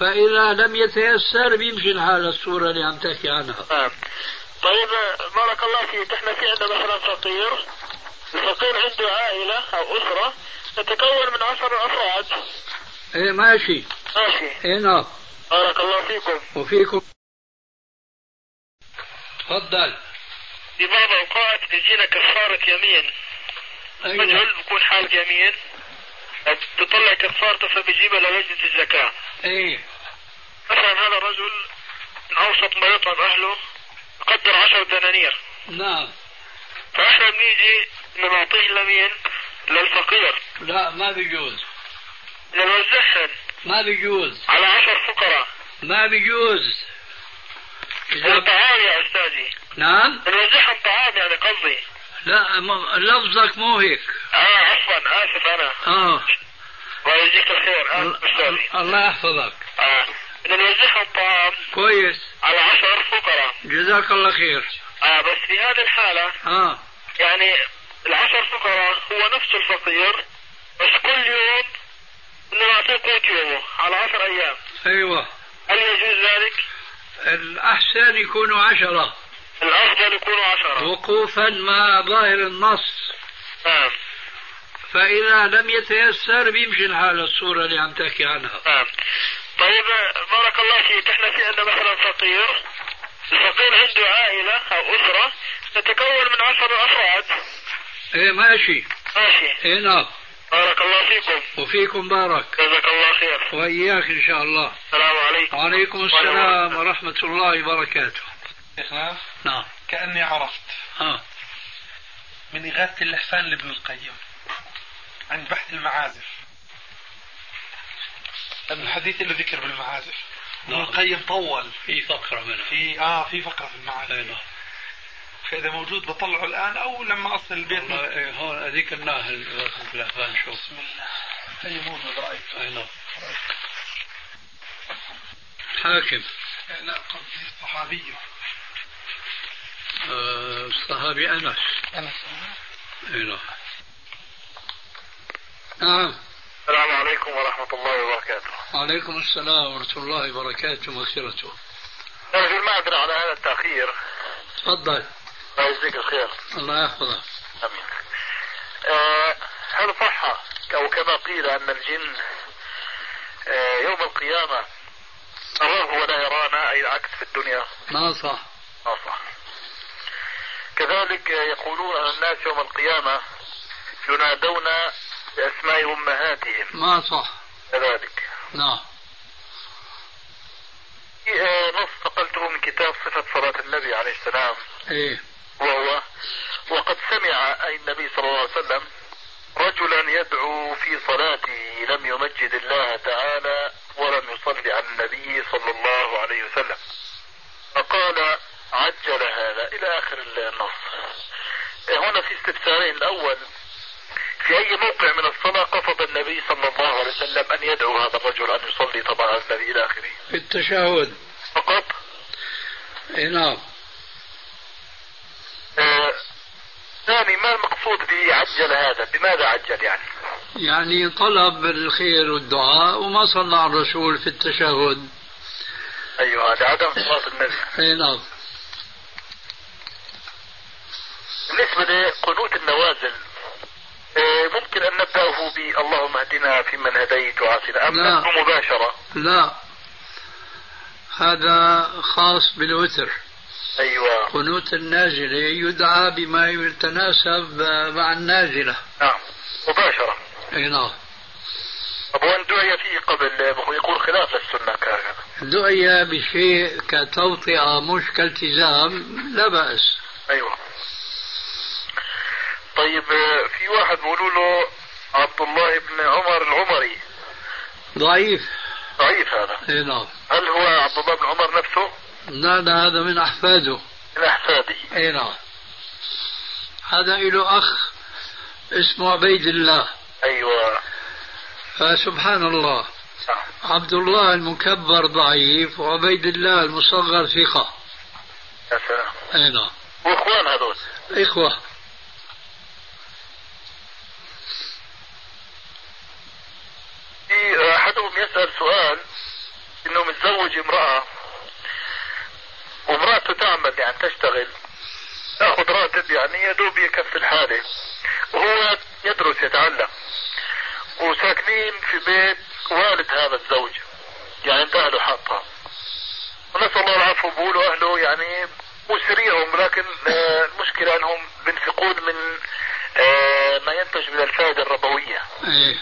[SPEAKER 2] فاذا لم يتيسر بيمشي الحال الصوره اللي عم تحكي عنها
[SPEAKER 4] نعم طيب آه، بارك الله فيك احنا في عندنا مثلا فقير الفقير عنده عائلة أو أسرة تتكون من عشر أفراد
[SPEAKER 2] ايه ماشي
[SPEAKER 4] ماشي
[SPEAKER 2] اي نعم
[SPEAKER 4] بارك الله فيكم
[SPEAKER 2] وفيكم تفضل
[SPEAKER 3] في بعض الأوقات بيجينا كفارة يمين
[SPEAKER 2] ايوه
[SPEAKER 4] أيوة.
[SPEAKER 3] مجهول بكون حالة يمين بتطلع كفارته فبيجيبها للجنة الزكاة
[SPEAKER 2] ايه
[SPEAKER 3] مثلا هذا الرجل من أوسط ما يطعم أهله يقدر عشر دنانير
[SPEAKER 2] نعم
[SPEAKER 3] فإحنا بنيجي بنعطيه لمين؟ للفقير
[SPEAKER 2] لا ما بيجوز
[SPEAKER 3] نوزعهم
[SPEAKER 2] ما بيجوز
[SPEAKER 3] على عشر فقراء
[SPEAKER 2] ما بيجوز إذا
[SPEAKER 3] طعام يا أستاذي
[SPEAKER 2] نعم
[SPEAKER 3] نوزعهم طعام يعني قصدي
[SPEAKER 2] لا ما- لفظك مو هيك
[SPEAKER 3] آه عفوا آسف أنا
[SPEAKER 2] اه
[SPEAKER 3] الله يجزيك الخير
[SPEAKER 4] نعم،
[SPEAKER 3] آه أستاذي
[SPEAKER 2] ال- الله يحفظك
[SPEAKER 3] آه نوزعهم طعام
[SPEAKER 2] كويس
[SPEAKER 3] على عشر فقراء
[SPEAKER 2] جزاك الله خير
[SPEAKER 3] آه بس في هذه الحالة
[SPEAKER 2] اه
[SPEAKER 3] يعني العشر فقراء هو نفس الفقير بس كل يوم بدنا نعطيه قوت يومه على عشر أيام
[SPEAKER 2] ايوه
[SPEAKER 3] هل يجوز ذلك؟
[SPEAKER 2] الاحسن يكونوا عشره
[SPEAKER 3] الأفضل يكونوا عشرة
[SPEAKER 2] وقوفا مع ظاهر النص
[SPEAKER 3] نعم
[SPEAKER 2] فاذا لم يتيسر بيمشي الحال الصوره اللي عم تحكي عنها
[SPEAKER 3] نعم طيب بارك الله فيك احنا في عندنا مثلا فقير الفقير عنده عائلة أو أسرة تتكون من عشر أفراد
[SPEAKER 2] ايه ماشي
[SPEAKER 3] ماشي
[SPEAKER 2] ايه نعم
[SPEAKER 3] بارك الله فيكم
[SPEAKER 2] وفيكم بارك
[SPEAKER 3] جزاك الله خير
[SPEAKER 2] واياك ان شاء الله
[SPEAKER 3] السلام عليكم
[SPEAKER 2] وعليكم السلام ورحمه الله وبركاته
[SPEAKER 5] شيخنا
[SPEAKER 2] نعم
[SPEAKER 5] كأني عرفت
[SPEAKER 2] اه
[SPEAKER 5] من إغاثة الإحسان لابن القيم عند بحث المعازف لأن الحديث له ذكر بالمعازف ابن
[SPEAKER 2] نعم.
[SPEAKER 5] القيم طول
[SPEAKER 2] في فقره منها
[SPEAKER 5] في اه في فقرة في المعازف
[SPEAKER 2] اي نعم
[SPEAKER 5] فإذا موجود بطلعه الآن أو لما أصل البيت
[SPEAKER 2] والله إيه، هون ذكرناها الافغان شوف
[SPEAKER 5] بسم الله أي موجود رأيك
[SPEAKER 2] اي نعم حاكم
[SPEAKER 5] لا قصدي صحابي
[SPEAKER 2] آه، الصحابي انس
[SPEAKER 5] أنس
[SPEAKER 2] اي نعم نعم
[SPEAKER 3] السلام عليكم ورحمة الله وبركاته
[SPEAKER 2] وعليكم السلام ورحمة الله وبركاته ومغفرته
[SPEAKER 3] أرجو المعذرة على هذا التأخير
[SPEAKER 2] تفضل
[SPEAKER 3] الله يجزيك الخير
[SPEAKER 2] الله يحفظك
[SPEAKER 3] آمين آه، هل صح أو كما قيل أن الجن آه، يوم القيامة نراه ولا يرانا أي العكس في الدنيا
[SPEAKER 2] ما صح
[SPEAKER 3] لا صح كذلك آه، يقولون أن الناس يوم القيامة ينادون بأسماء أمهاتهم
[SPEAKER 2] ما صح
[SPEAKER 3] كذلك
[SPEAKER 2] نعم
[SPEAKER 3] في آه، نص نقلته من كتاب صفة صلاة النبي عليه السلام
[SPEAKER 2] ايه
[SPEAKER 3] وهو وقد سمع أي النبي صلى الله عليه وسلم رجلا يدعو في صلاته لم يمجد الله تعالى ولم يصلي على النبي صلى الله عليه وسلم فقال عجل هذا إلى آخر النص هنا في استفسارين الأول في أي موقع من الصلاة قصد النبي صلى الله عليه وسلم أن يدعو هذا الرجل أن يصلي طبعا على النبي إلى آخره
[SPEAKER 2] في التشهد
[SPEAKER 3] فقط
[SPEAKER 2] اي نعم
[SPEAKER 3] آه، ثاني ما المقصود بعجل هذا بماذا عجل يعني
[SPEAKER 2] يعني طلب الخير والدعاء وما صلى على الرسول في التشهد
[SPEAKER 3] ايوه لعدم صلاه النبي
[SPEAKER 2] اي نعم
[SPEAKER 3] بالنسبه لقنوت النوازل آه، ممكن ان نبداه ب اللهم اهدنا فيمن هديت وعافنا ام
[SPEAKER 2] لا.
[SPEAKER 3] نبدأ مباشره
[SPEAKER 2] لا هذا خاص بالوتر
[SPEAKER 3] ايوه
[SPEAKER 2] قنوت النازلة يدعى بما يتناسب مع النازلة
[SPEAKER 3] نعم مباشره
[SPEAKER 2] اي نعم
[SPEAKER 3] طب وان دعي فيه قبل آه، يقول خلاف للسنه كهذا
[SPEAKER 2] دعي بشيء كتوطئة مش كالتزام لا بأس
[SPEAKER 3] ايوه طيب آه، في واحد بيقولوا له عبد الله بن عمر العمري
[SPEAKER 2] ضعيف
[SPEAKER 3] ضعيف هذا
[SPEAKER 2] اي نعم
[SPEAKER 3] هل هو عبد الله بن عمر نفسه
[SPEAKER 2] لا لا هذا من أحفاده
[SPEAKER 3] من احفاده
[SPEAKER 2] اي نعم هذا له أخ اسمه عبيد الله
[SPEAKER 3] ايوه
[SPEAKER 2] فسبحان الله
[SPEAKER 3] نعم.
[SPEAKER 2] عبد الله المكبر ضعيف وعبيد الله المصغر ثقة
[SPEAKER 3] يا سلام
[SPEAKER 2] اي نعم
[SPEAKER 3] واخوان هذول
[SPEAKER 2] إخوة
[SPEAKER 3] في احدهم يسال سؤال انه متزوج امراه وامراته تعمل يعني تشتغل تاخذ راتب يعني يا دوب يكفي الحاله وهو يدرس يتعلم وساكنين في بيت والد هذا الزوج يعني انت اهله حاطها ونسال الله العفو بقولوا اهله يعني وسريهم لكن آه، المشكلة أنهم بينفقون من آه، ما ينتج من الفائدة الربوية
[SPEAKER 2] إيه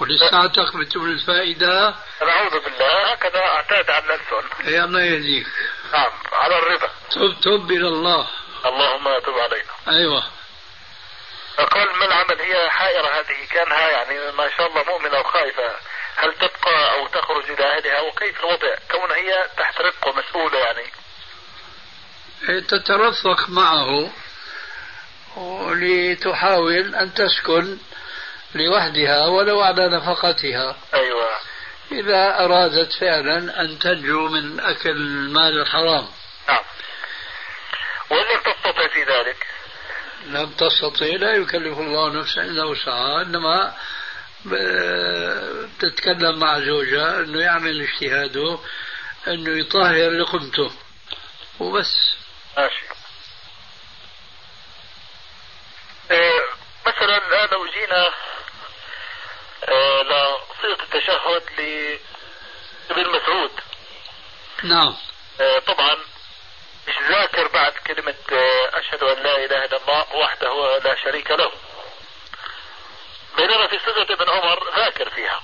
[SPEAKER 2] ولساتك بتقول الفائدة
[SPEAKER 3] نعوذ بالله هكذا اعتاد على الألسن
[SPEAKER 2] إيه الله يهديك
[SPEAKER 3] نعم على الربا
[SPEAKER 2] تب تب إلى الله
[SPEAKER 3] اللهم تب علينا
[SPEAKER 2] أيوة
[SPEAKER 3] فقال ما العمل هي حائرة هذه كانها يعني ما شاء الله مؤمنة وخائفة هل تبقى أو تخرج إلى أهلها وكيف الوضع كونها هي تحت رق ومسؤولة يعني
[SPEAKER 2] إيه تترفق معه لتحاول أن تسكن لوحدها ولو على نفقتها
[SPEAKER 3] أيوة
[SPEAKER 2] إذا أرادت فعلا أن تنجو من أكل المال الحرام
[SPEAKER 3] نعم وإن لم تستطع في ذلك
[SPEAKER 2] لم تستطيع لا يكلف الله نفسا الا وسعها انما ب- تتكلم مع زوجها انه يعمل اجتهاده انه يطهر لقمته وبس
[SPEAKER 3] ماشي آه، مثلا الآن لو جينا آه، لصيغة التشهد لابن مسعود
[SPEAKER 2] نعم
[SPEAKER 3] آه، طبعا مش ذاكر بعد كلمة آه، أشهد أن لا إله إلا الله وحده لا شريك له بينما في صيغة ابن عمر ذاكر فيها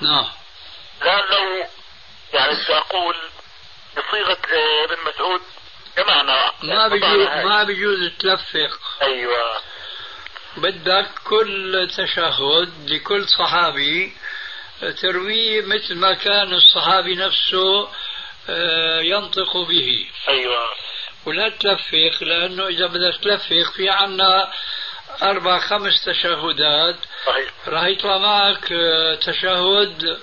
[SPEAKER 2] نعم
[SPEAKER 3] الآن لو يعني بدي أقول بصيغة آه، ابن مسعود جمعنا
[SPEAKER 2] ما بيجوز
[SPEAKER 3] وضعنا هاي.
[SPEAKER 2] ما بيجوز تلفق
[SPEAKER 3] أيوه
[SPEAKER 2] بدك كل تشهد لكل صحابي ترويه مثل ما كان الصحابي نفسه آه، ينطق به
[SPEAKER 3] أيوه
[SPEAKER 2] ولا تلفق لانه اذا بدك تلفق في عنا اربع خمس تشهدات
[SPEAKER 3] صحيح
[SPEAKER 2] راح يطلع معك آه، تشهد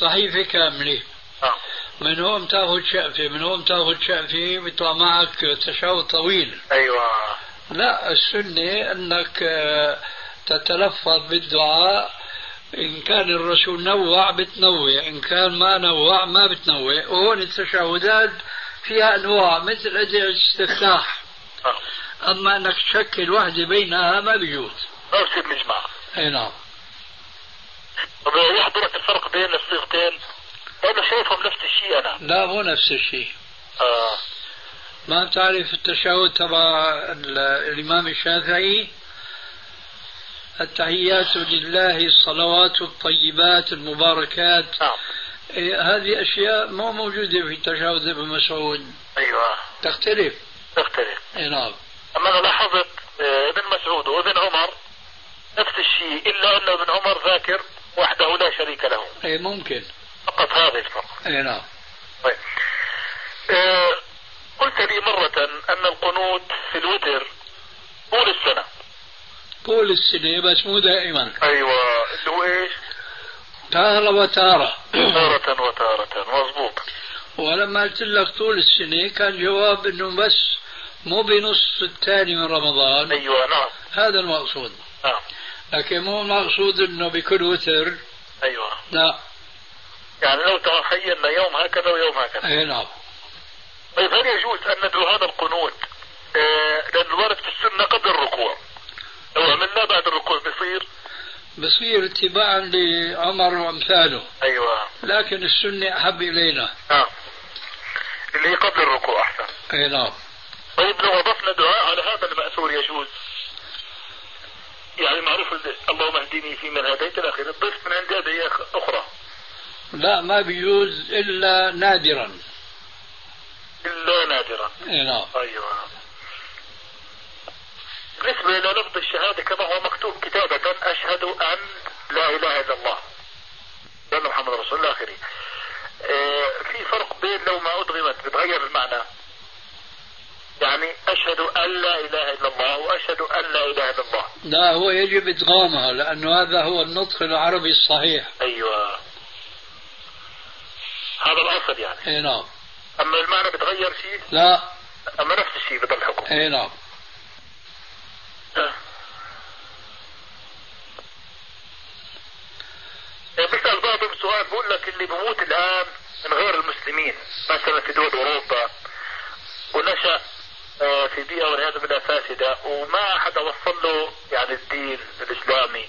[SPEAKER 2] صحيفه كامله
[SPEAKER 3] نعم
[SPEAKER 2] من هون تاخذ شقفه من هون تاخذ شقفه بيطلع معك تشهد طويل
[SPEAKER 3] أيوه
[SPEAKER 2] لا السنه انك آه، تتلفظ بالدعاء ان كان الرسول نوع بتنوع ان كان ما نوع ما بتنوع وهون التشهدات فيها انواع مثل ادعي الاستفتاح
[SPEAKER 3] نعم
[SPEAKER 2] اما انك تشكل وحده بينها ما بيجوز
[SPEAKER 3] ما بصير نجمع
[SPEAKER 2] اي نعم
[SPEAKER 3] طب يحضرك الفرق بين الصيغتين أنا شايفهم نفس الشيء أنا
[SPEAKER 2] لا مو نفس الشيء
[SPEAKER 3] آه.
[SPEAKER 2] ما بتعرف التشهد تبع ال- الامام الشافعي التحيات لله الصلوات الطيبات المباركات
[SPEAKER 3] نعم
[SPEAKER 2] إيه، هذه اشياء مو موجوده في تشهد ابن مسعود
[SPEAKER 3] أيوه
[SPEAKER 2] تختلف
[SPEAKER 3] تختلف
[SPEAKER 2] اي نعم
[SPEAKER 3] أما أنا لاحظت آه، ابن مسعود وابن عمر نفس الشيء إلا أن ابن عمر ذاكر وحده لا شريك له
[SPEAKER 2] اي إيه، ممكن
[SPEAKER 3] فقط هذا الفرق
[SPEAKER 2] اي نعم
[SPEAKER 3] طيب آه، قلت لي مرة أن القنوت في الوتر طول السنة
[SPEAKER 2] طول السنه بس مو دائما
[SPEAKER 3] أيوة اللي هو إيش؟
[SPEAKER 2] تاره وتاره
[SPEAKER 3] تارة وتارة مظبوط
[SPEAKER 2] ولما قلت لك طول السنة كان جواب انه بس مو بنص الثاني من رمضان
[SPEAKER 3] أيوة نعم
[SPEAKER 2] هذا المقصود
[SPEAKER 3] نعم
[SPEAKER 2] لكن مو المقصود انه بكل وتر
[SPEAKER 3] أيوة
[SPEAKER 2] لا
[SPEAKER 3] يعني لو تخيلنا يوم هكذا ويوم هكذا
[SPEAKER 2] اي نعم
[SPEAKER 3] طيب هل يجوز أن ندعو هذا القنوت آه لأن الورد في السنة قبل الركوع لو عملناه بعد الركوع بيصير
[SPEAKER 2] بصير اتباعا لعمر وامثاله
[SPEAKER 3] أيوة
[SPEAKER 2] لكن السنة احب الينا
[SPEAKER 3] نعم اللي هي قبل الركوع أحسن
[SPEAKER 2] اي نعم
[SPEAKER 3] طيب لو أضفنا دعاء على هذا المأثور يجوز يعني معروف ال- اللهم اهدني فيمن هديت الى اخره، ضف من عند هدية أخرى
[SPEAKER 2] لا ما بيجوز الا نادرا
[SPEAKER 3] إلا نادرا
[SPEAKER 2] اي نعم
[SPEAKER 3] ايوه بالنسبة إلى لفظ الشهادة كما هو مكتوب كتابة أشهد أن لا إله إلا الله لأن محمد رسول الله آخره آه، في فرق بين لو ما أدغمت بتغير المعنى يعني أشهد أن لا إله إلا الله وأشهد أن لا إله إلا الله
[SPEAKER 2] لا هو يجب ادغامها لانه هذا هو النطق العربي الصحيح
[SPEAKER 3] أيوة هذا الأصل يعني
[SPEAKER 2] اي نعم
[SPEAKER 3] أما المعنى بتغير شيء
[SPEAKER 2] لا
[SPEAKER 3] أما نفس الشيء بضل حكم
[SPEAKER 2] اي نعم
[SPEAKER 3] نعم. بسأل بعضهم سؤال بقول لك اللي بموت الآن من غير المسلمين مثلا في دول أوروبا ونشأ آه، في بيئة والعياذ بالله فاسدة وما حدا وصل له يعني الدين الإسلامي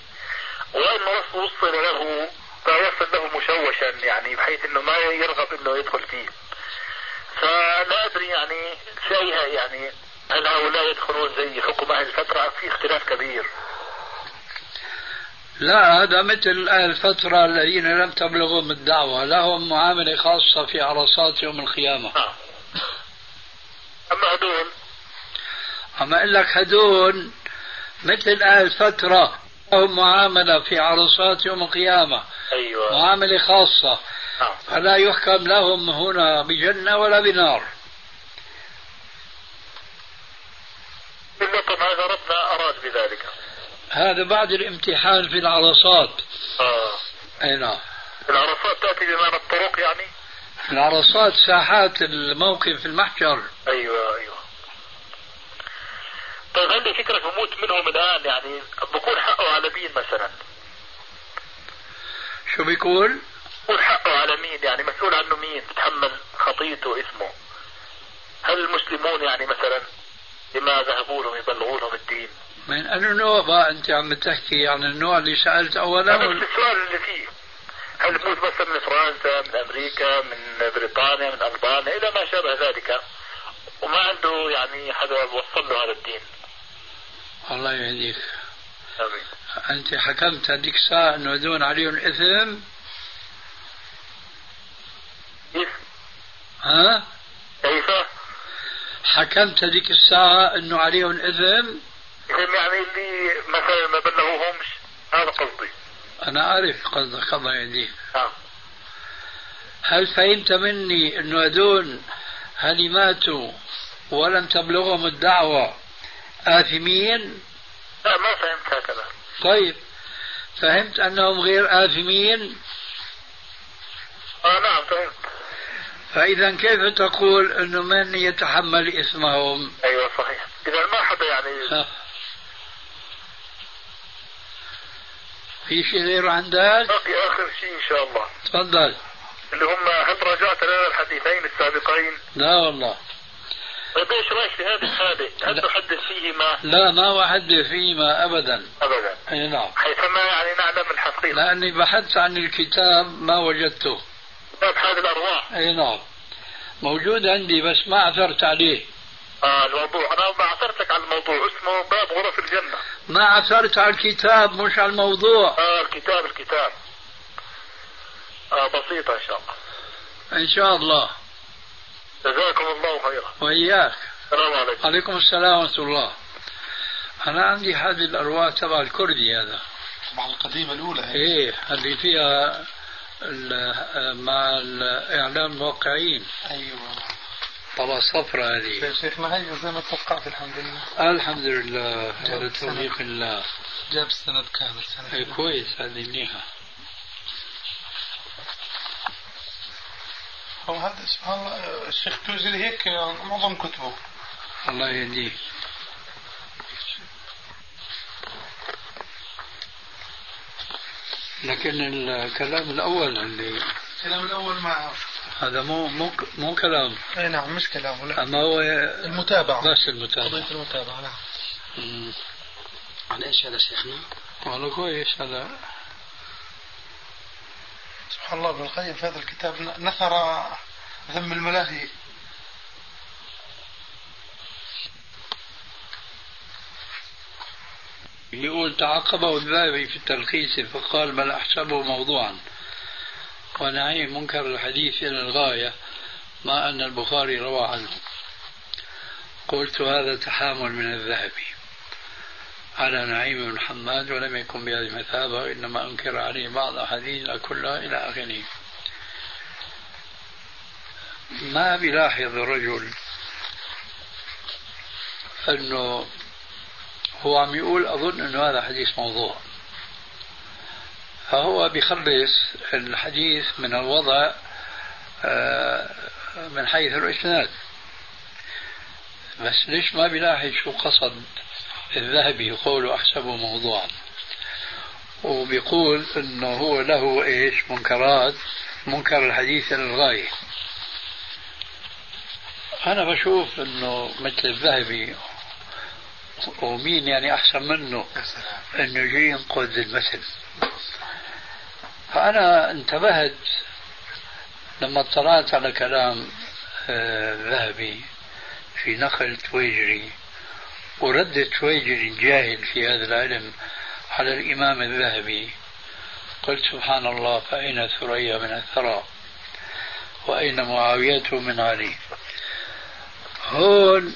[SPEAKER 3] وإن وص- وصل له فوصل له مشوشا يعني بحيث أنه ما يرغب أنه يدخل فيه فلا ادري يعني شايها يعني هل هؤلاء يدخلون زي حكم اهل الفتره في اختلاف كبير
[SPEAKER 2] لا هذا مثل أهل الفترة الذين لم تبلغهم الدعوة لهم معاملة خاصة في عرصات يوم القيامة
[SPEAKER 3] آه. اما هدول
[SPEAKER 2] أما أقول لك هدول مثل أهل الفترة لهم معاملة في عرصات يوم القيامة
[SPEAKER 3] ايوه
[SPEAKER 2] معاملة خاصة
[SPEAKER 3] آه.
[SPEAKER 2] فلا يحكم لهم هنا بجنة ولا بنار
[SPEAKER 3] بالنقم هذا ربنا اراد بذلك
[SPEAKER 2] هذا بعد الامتحان في العرصات
[SPEAKER 3] اه
[SPEAKER 2] أي نعم
[SPEAKER 3] العرفات تاتي بمعنى الطرق يعني
[SPEAKER 2] العرصات ساحات الموقف في المحشر
[SPEAKER 3] ايوه ايوه طيب عندي فكره بموت منهم الان يعني بكون حقه على مين مثلا؟
[SPEAKER 2] شو بيقول؟
[SPEAKER 3] بكون حقه على مين يعني مسؤول عنه مين؟ تتحمل خطيته واسمه؟ هل المسلمون يعني مثلا لما ذهبوا لهم يبلغوا لهم الدين؟
[SPEAKER 2] من أنه نوع بقى أنت عم تحكي عن النوع اللي سألت أولا
[SPEAKER 3] هذا
[SPEAKER 2] ولا-
[SPEAKER 3] السؤال اللي فيه هل تموت مثلا من فرنسا من امريكا من بريطانيا من البانيا الى ما شابه ذلك وما عنده يعني حدا وصل له هذا الدين
[SPEAKER 2] الله يهديك
[SPEAKER 3] امين
[SPEAKER 2] أنت حكمت هذيك الساعة أنه دون عليهم إثم
[SPEAKER 3] كيف؟
[SPEAKER 2] ها
[SPEAKER 3] إيه؟ كيف؟
[SPEAKER 2] حكمت هذيك الساعة أنه عليهم إثم
[SPEAKER 3] يكون يعني اللي مثلا ما بلغوهمش هذا قصدي
[SPEAKER 2] أنا أعرف قصدك الله يهديك
[SPEAKER 3] نعم
[SPEAKER 2] هل فهمت مني أنه هدول هل ماتوا ولم تبلغهم الدعوة آثمين
[SPEAKER 3] لا ما فهمت هكذا
[SPEAKER 2] طيب فهمت أنهم غير آثمين
[SPEAKER 3] اه نعم فهمت
[SPEAKER 2] فإذا كيف تقول أنه من يتحمل إثمهم
[SPEAKER 3] ايوه صحيح اذا ما حدا يعني
[SPEAKER 2] ها. في شيء غير عندك؟
[SPEAKER 3] باقي اخر شيء ان شاء الله
[SPEAKER 2] تفضل
[SPEAKER 3] اللي هم هل راجعت لنا الحديثين السابقين
[SPEAKER 2] لا والله
[SPEAKER 3] طيب ايش رايك في هذا الحادث؟ هل
[SPEAKER 2] لا.
[SPEAKER 3] تحدث فيهما
[SPEAKER 2] لا ما أحدث فيما أبدا
[SPEAKER 3] ابدا
[SPEAKER 2] أي نعم
[SPEAKER 3] حيثما يعني نعلم الحقيقه
[SPEAKER 2] لأني بحثت عن الكتاب ما وجدته
[SPEAKER 3] كتاب طيب، هذه الارواح
[SPEAKER 2] أي نعم موجود عندي بس ما عثرت عليه
[SPEAKER 3] آه الموضوع انا ما عثرت لك على الموضوع اسمه باب غرف الجنه
[SPEAKER 2] ما عثرت على الكتاب مش على الموضوع
[SPEAKER 3] اه الكتاب الكتاب آه بسيطه ان شاء الله
[SPEAKER 2] إن شاء الله
[SPEAKER 3] جزاكم الله خيرا
[SPEAKER 2] وإياك
[SPEAKER 3] السلام عليكم
[SPEAKER 2] عليكم السلام ورحمة الله أنا عندي هذه الأرواح تبع الكردي هذا
[SPEAKER 5] مع القديمه الاولى هي
[SPEAKER 2] إيه اللي فيها ال- مع الإعلام الواقعيين
[SPEAKER 5] ايوه
[SPEAKER 2] طلع صفرة هذه
[SPEAKER 5] شيخنا هي زي ما توقعت الحمد لله
[SPEAKER 2] الحمد لله على توفيق الله
[SPEAKER 5] جاب السند كامل سنه
[SPEAKER 2] إيه، كويس هذه منيحة
[SPEAKER 5] هو هذا سبحان الله الشيخ توزري هيك معظم كتبه
[SPEAKER 2] الله يهديك لكن الكلام الأول اللي
[SPEAKER 5] الكلام الاول ما
[SPEAKER 2] هذا مو مو مو كلام
[SPEAKER 5] اي نعم مش كلامه لا
[SPEAKER 2] أما هو
[SPEAKER 5] المتابعه
[SPEAKER 2] بس
[SPEAKER 5] قضيه
[SPEAKER 2] المتابعة
[SPEAKER 5] المتابعه نعم
[SPEAKER 2] مم.
[SPEAKER 7] عن ايش هذا شيخنا؟
[SPEAKER 2] والله كويس هذا
[SPEAKER 5] سبحان الله ابن القيم في هذا الكتاب نثر ذم الملاهي
[SPEAKER 2] يقول تعاقبه الذهبي في التلخيص فقال بل أحسبه موضوعا ونعيه منكر الحديث إلى الغاية مع أن البخاري روى عنه قلت هذا تحامل من الذهبي على نعيم بن حماد ولم يكن بهذه المثابة وإنما أنكر عليه بعض أحاديث لا كلها إلى آخره ما بيلاحظ الرجل أنه هو عم يقول أظن أنه هذا حديث موضوع فهو بيخلص الحديث من الوضع آه، من حيث الإسناد بس ليش ما بيلاحظ شو قصد الذهبي قوله أحسبه موضوعا وبيقول أنه هو له إيش منكرات منكر الحديث إلى الغاية أنا بشوف أنه مثل الذهبي ومين يعني أحسن منه
[SPEAKER 5] يا سلام
[SPEAKER 2] انه يجي ينقذ المثل فانا انتبهت لما اطلعت على كلام آه، الذهبي في نقل تويجري ورد تويجري الجاهل في هذا العلم على الإمام الذهبي قلت سبحان الله فأين ثريا من الثرى وأين معاويته من علي هون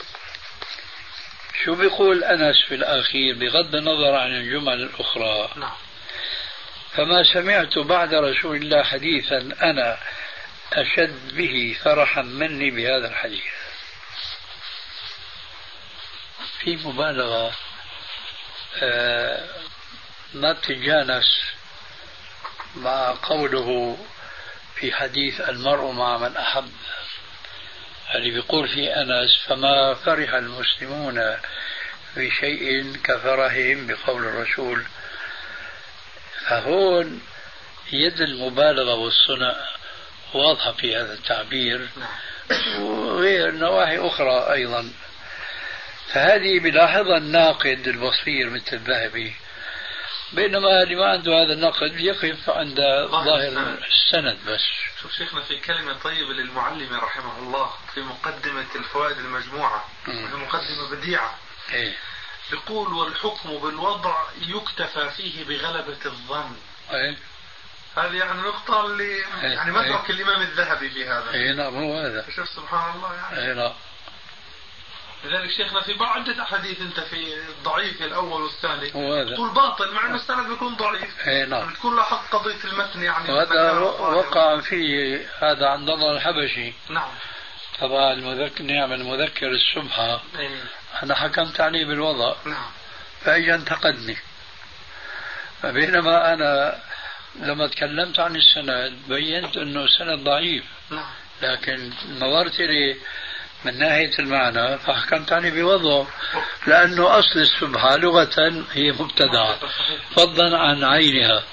[SPEAKER 2] شو بيقول أنس في الأخير بغض النظر عن الجمل الأخرى
[SPEAKER 1] نعم
[SPEAKER 2] فما سمعت بعد رسول الله حديثا أنا أشد به فرحا مني بهذا الحديث في مبالغة آه، ما بتتجانس مع قوله في حديث المرء مع من أحب اللي بيقول فيه أنس فما فرح المسلمون بشيء كفرحهم بقول الرسول فهون يد المبالغة والصنع واضحة في هذا التعبير وغير نواحي أخرى أيضا فهذه بلاحظها الناقد البصير مثل الذهبي بينما اللي ما عنده هذا النقد يقف عند ظاهر السند بس
[SPEAKER 5] شوف شيخنا في كلمة طيبة للمعلم رحمه الله في مقدمة الفوائد المجموعة
[SPEAKER 2] مم.
[SPEAKER 5] وهي مقدمة بديعة
[SPEAKER 2] ايه
[SPEAKER 5] يقول والحكم بالوضع يكتفى فيه بغلبة الظن
[SPEAKER 2] ايه
[SPEAKER 5] هذه يعني نقطة اللي يعني
[SPEAKER 2] إيه.
[SPEAKER 5] مدرك الإمام الذهبي في هذا
[SPEAKER 2] ايه نعم هو هذا
[SPEAKER 5] شوف سبحان الله يعني
[SPEAKER 2] ايه نعم
[SPEAKER 5] لذلك شيخنا في بعض عدة أحاديث أنت في الضعيف الأول والثاني
[SPEAKER 2] هو هذا
[SPEAKER 5] تقول باطل مع أن السند بيكون ضعيف
[SPEAKER 2] ايه نعم
[SPEAKER 5] بتكون لاحظ قضية المتن يعني
[SPEAKER 2] وهذا
[SPEAKER 5] المتن
[SPEAKER 2] و- وقع فيه هذا عند الله الحبشي
[SPEAKER 5] نعم
[SPEAKER 2] طبعا المذكر نعم المذكر السبحة
[SPEAKER 5] إيه.
[SPEAKER 2] أنا حكمت عليه بالوضع
[SPEAKER 5] نعم
[SPEAKER 2] فإجا انتقدني بينما أنا لما تكلمت عن السند بينت أنه سند ضعيف
[SPEAKER 5] نعم
[SPEAKER 2] لكن نظرت لي من ناحية المعنى فحكمت عليه بوضعه لأنه أصل السبحة لغة هي مبتدعة فضلا عن عينها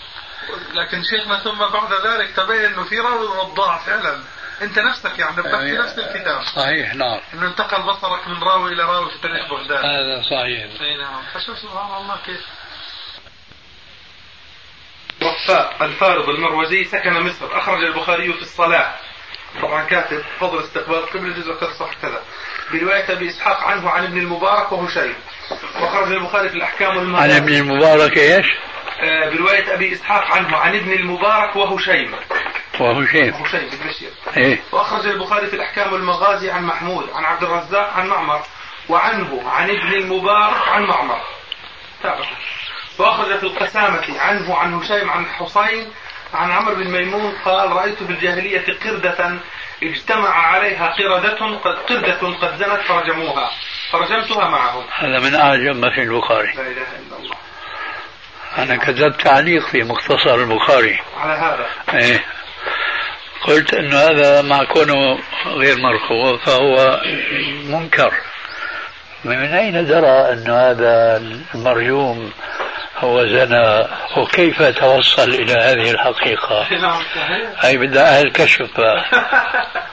[SPEAKER 5] لكن شيخنا ثم بعد ذلك تبين انه في راوي وضاع فعلا انت نفسك يعني نبهت في نفس الكتاب
[SPEAKER 2] صحيح نعم
[SPEAKER 5] انه انتقل بصرك من راوي الى راوي في تاريخ بغداد
[SPEAKER 2] هذا صحيح
[SPEAKER 5] اي نعم فشوف سبحان الله كيف وفاء الفارض المروزي سكن مصر اخرج البخاري في الصلاه طبعا كاتب فضل استقبال قبل جزء كذا صح كذا برواية أبي إسحاق عنه عن ابن المبارك وهو شيخ وخرج البخاري في الأحكام
[SPEAKER 2] عن
[SPEAKER 5] والمغازي
[SPEAKER 2] ابن المبارك ايش؟
[SPEAKER 5] آه، برواية أبي إسحاق عنه عن ابن المبارك وهو شيمة
[SPEAKER 2] وهو شيخ
[SPEAKER 5] وهو شيمة بن بشير
[SPEAKER 2] ايه
[SPEAKER 5] وأخرج البخاري في الأحكام والمغازي عن محمود عن عبد الرزاق عن معمر وعنه عن ابن المبارك عن معمر تابع وأخرج في القسامة عنه عن هشيم عن حسين عن عمرو بن ميمون قال رأيت في الجاهلية قردة اجتمع عليها قردة قد قردة قد زنت فرجموها فرجمتها معهم
[SPEAKER 2] هذا من اعجب ما في البخاري
[SPEAKER 5] لا إله إلا الله
[SPEAKER 2] انا كتبت تعليق في مختصر البخاري
[SPEAKER 5] على هذا
[SPEAKER 2] ايه قلت انه هذا مع كونه غير مرفوع فهو منكر من اين درى انه هذا المرجوم هو زنى وكيف توصل الى هذه الحقيقه؟
[SPEAKER 5] نعم صحيح
[SPEAKER 2] هي بدها اهل كشف بقى.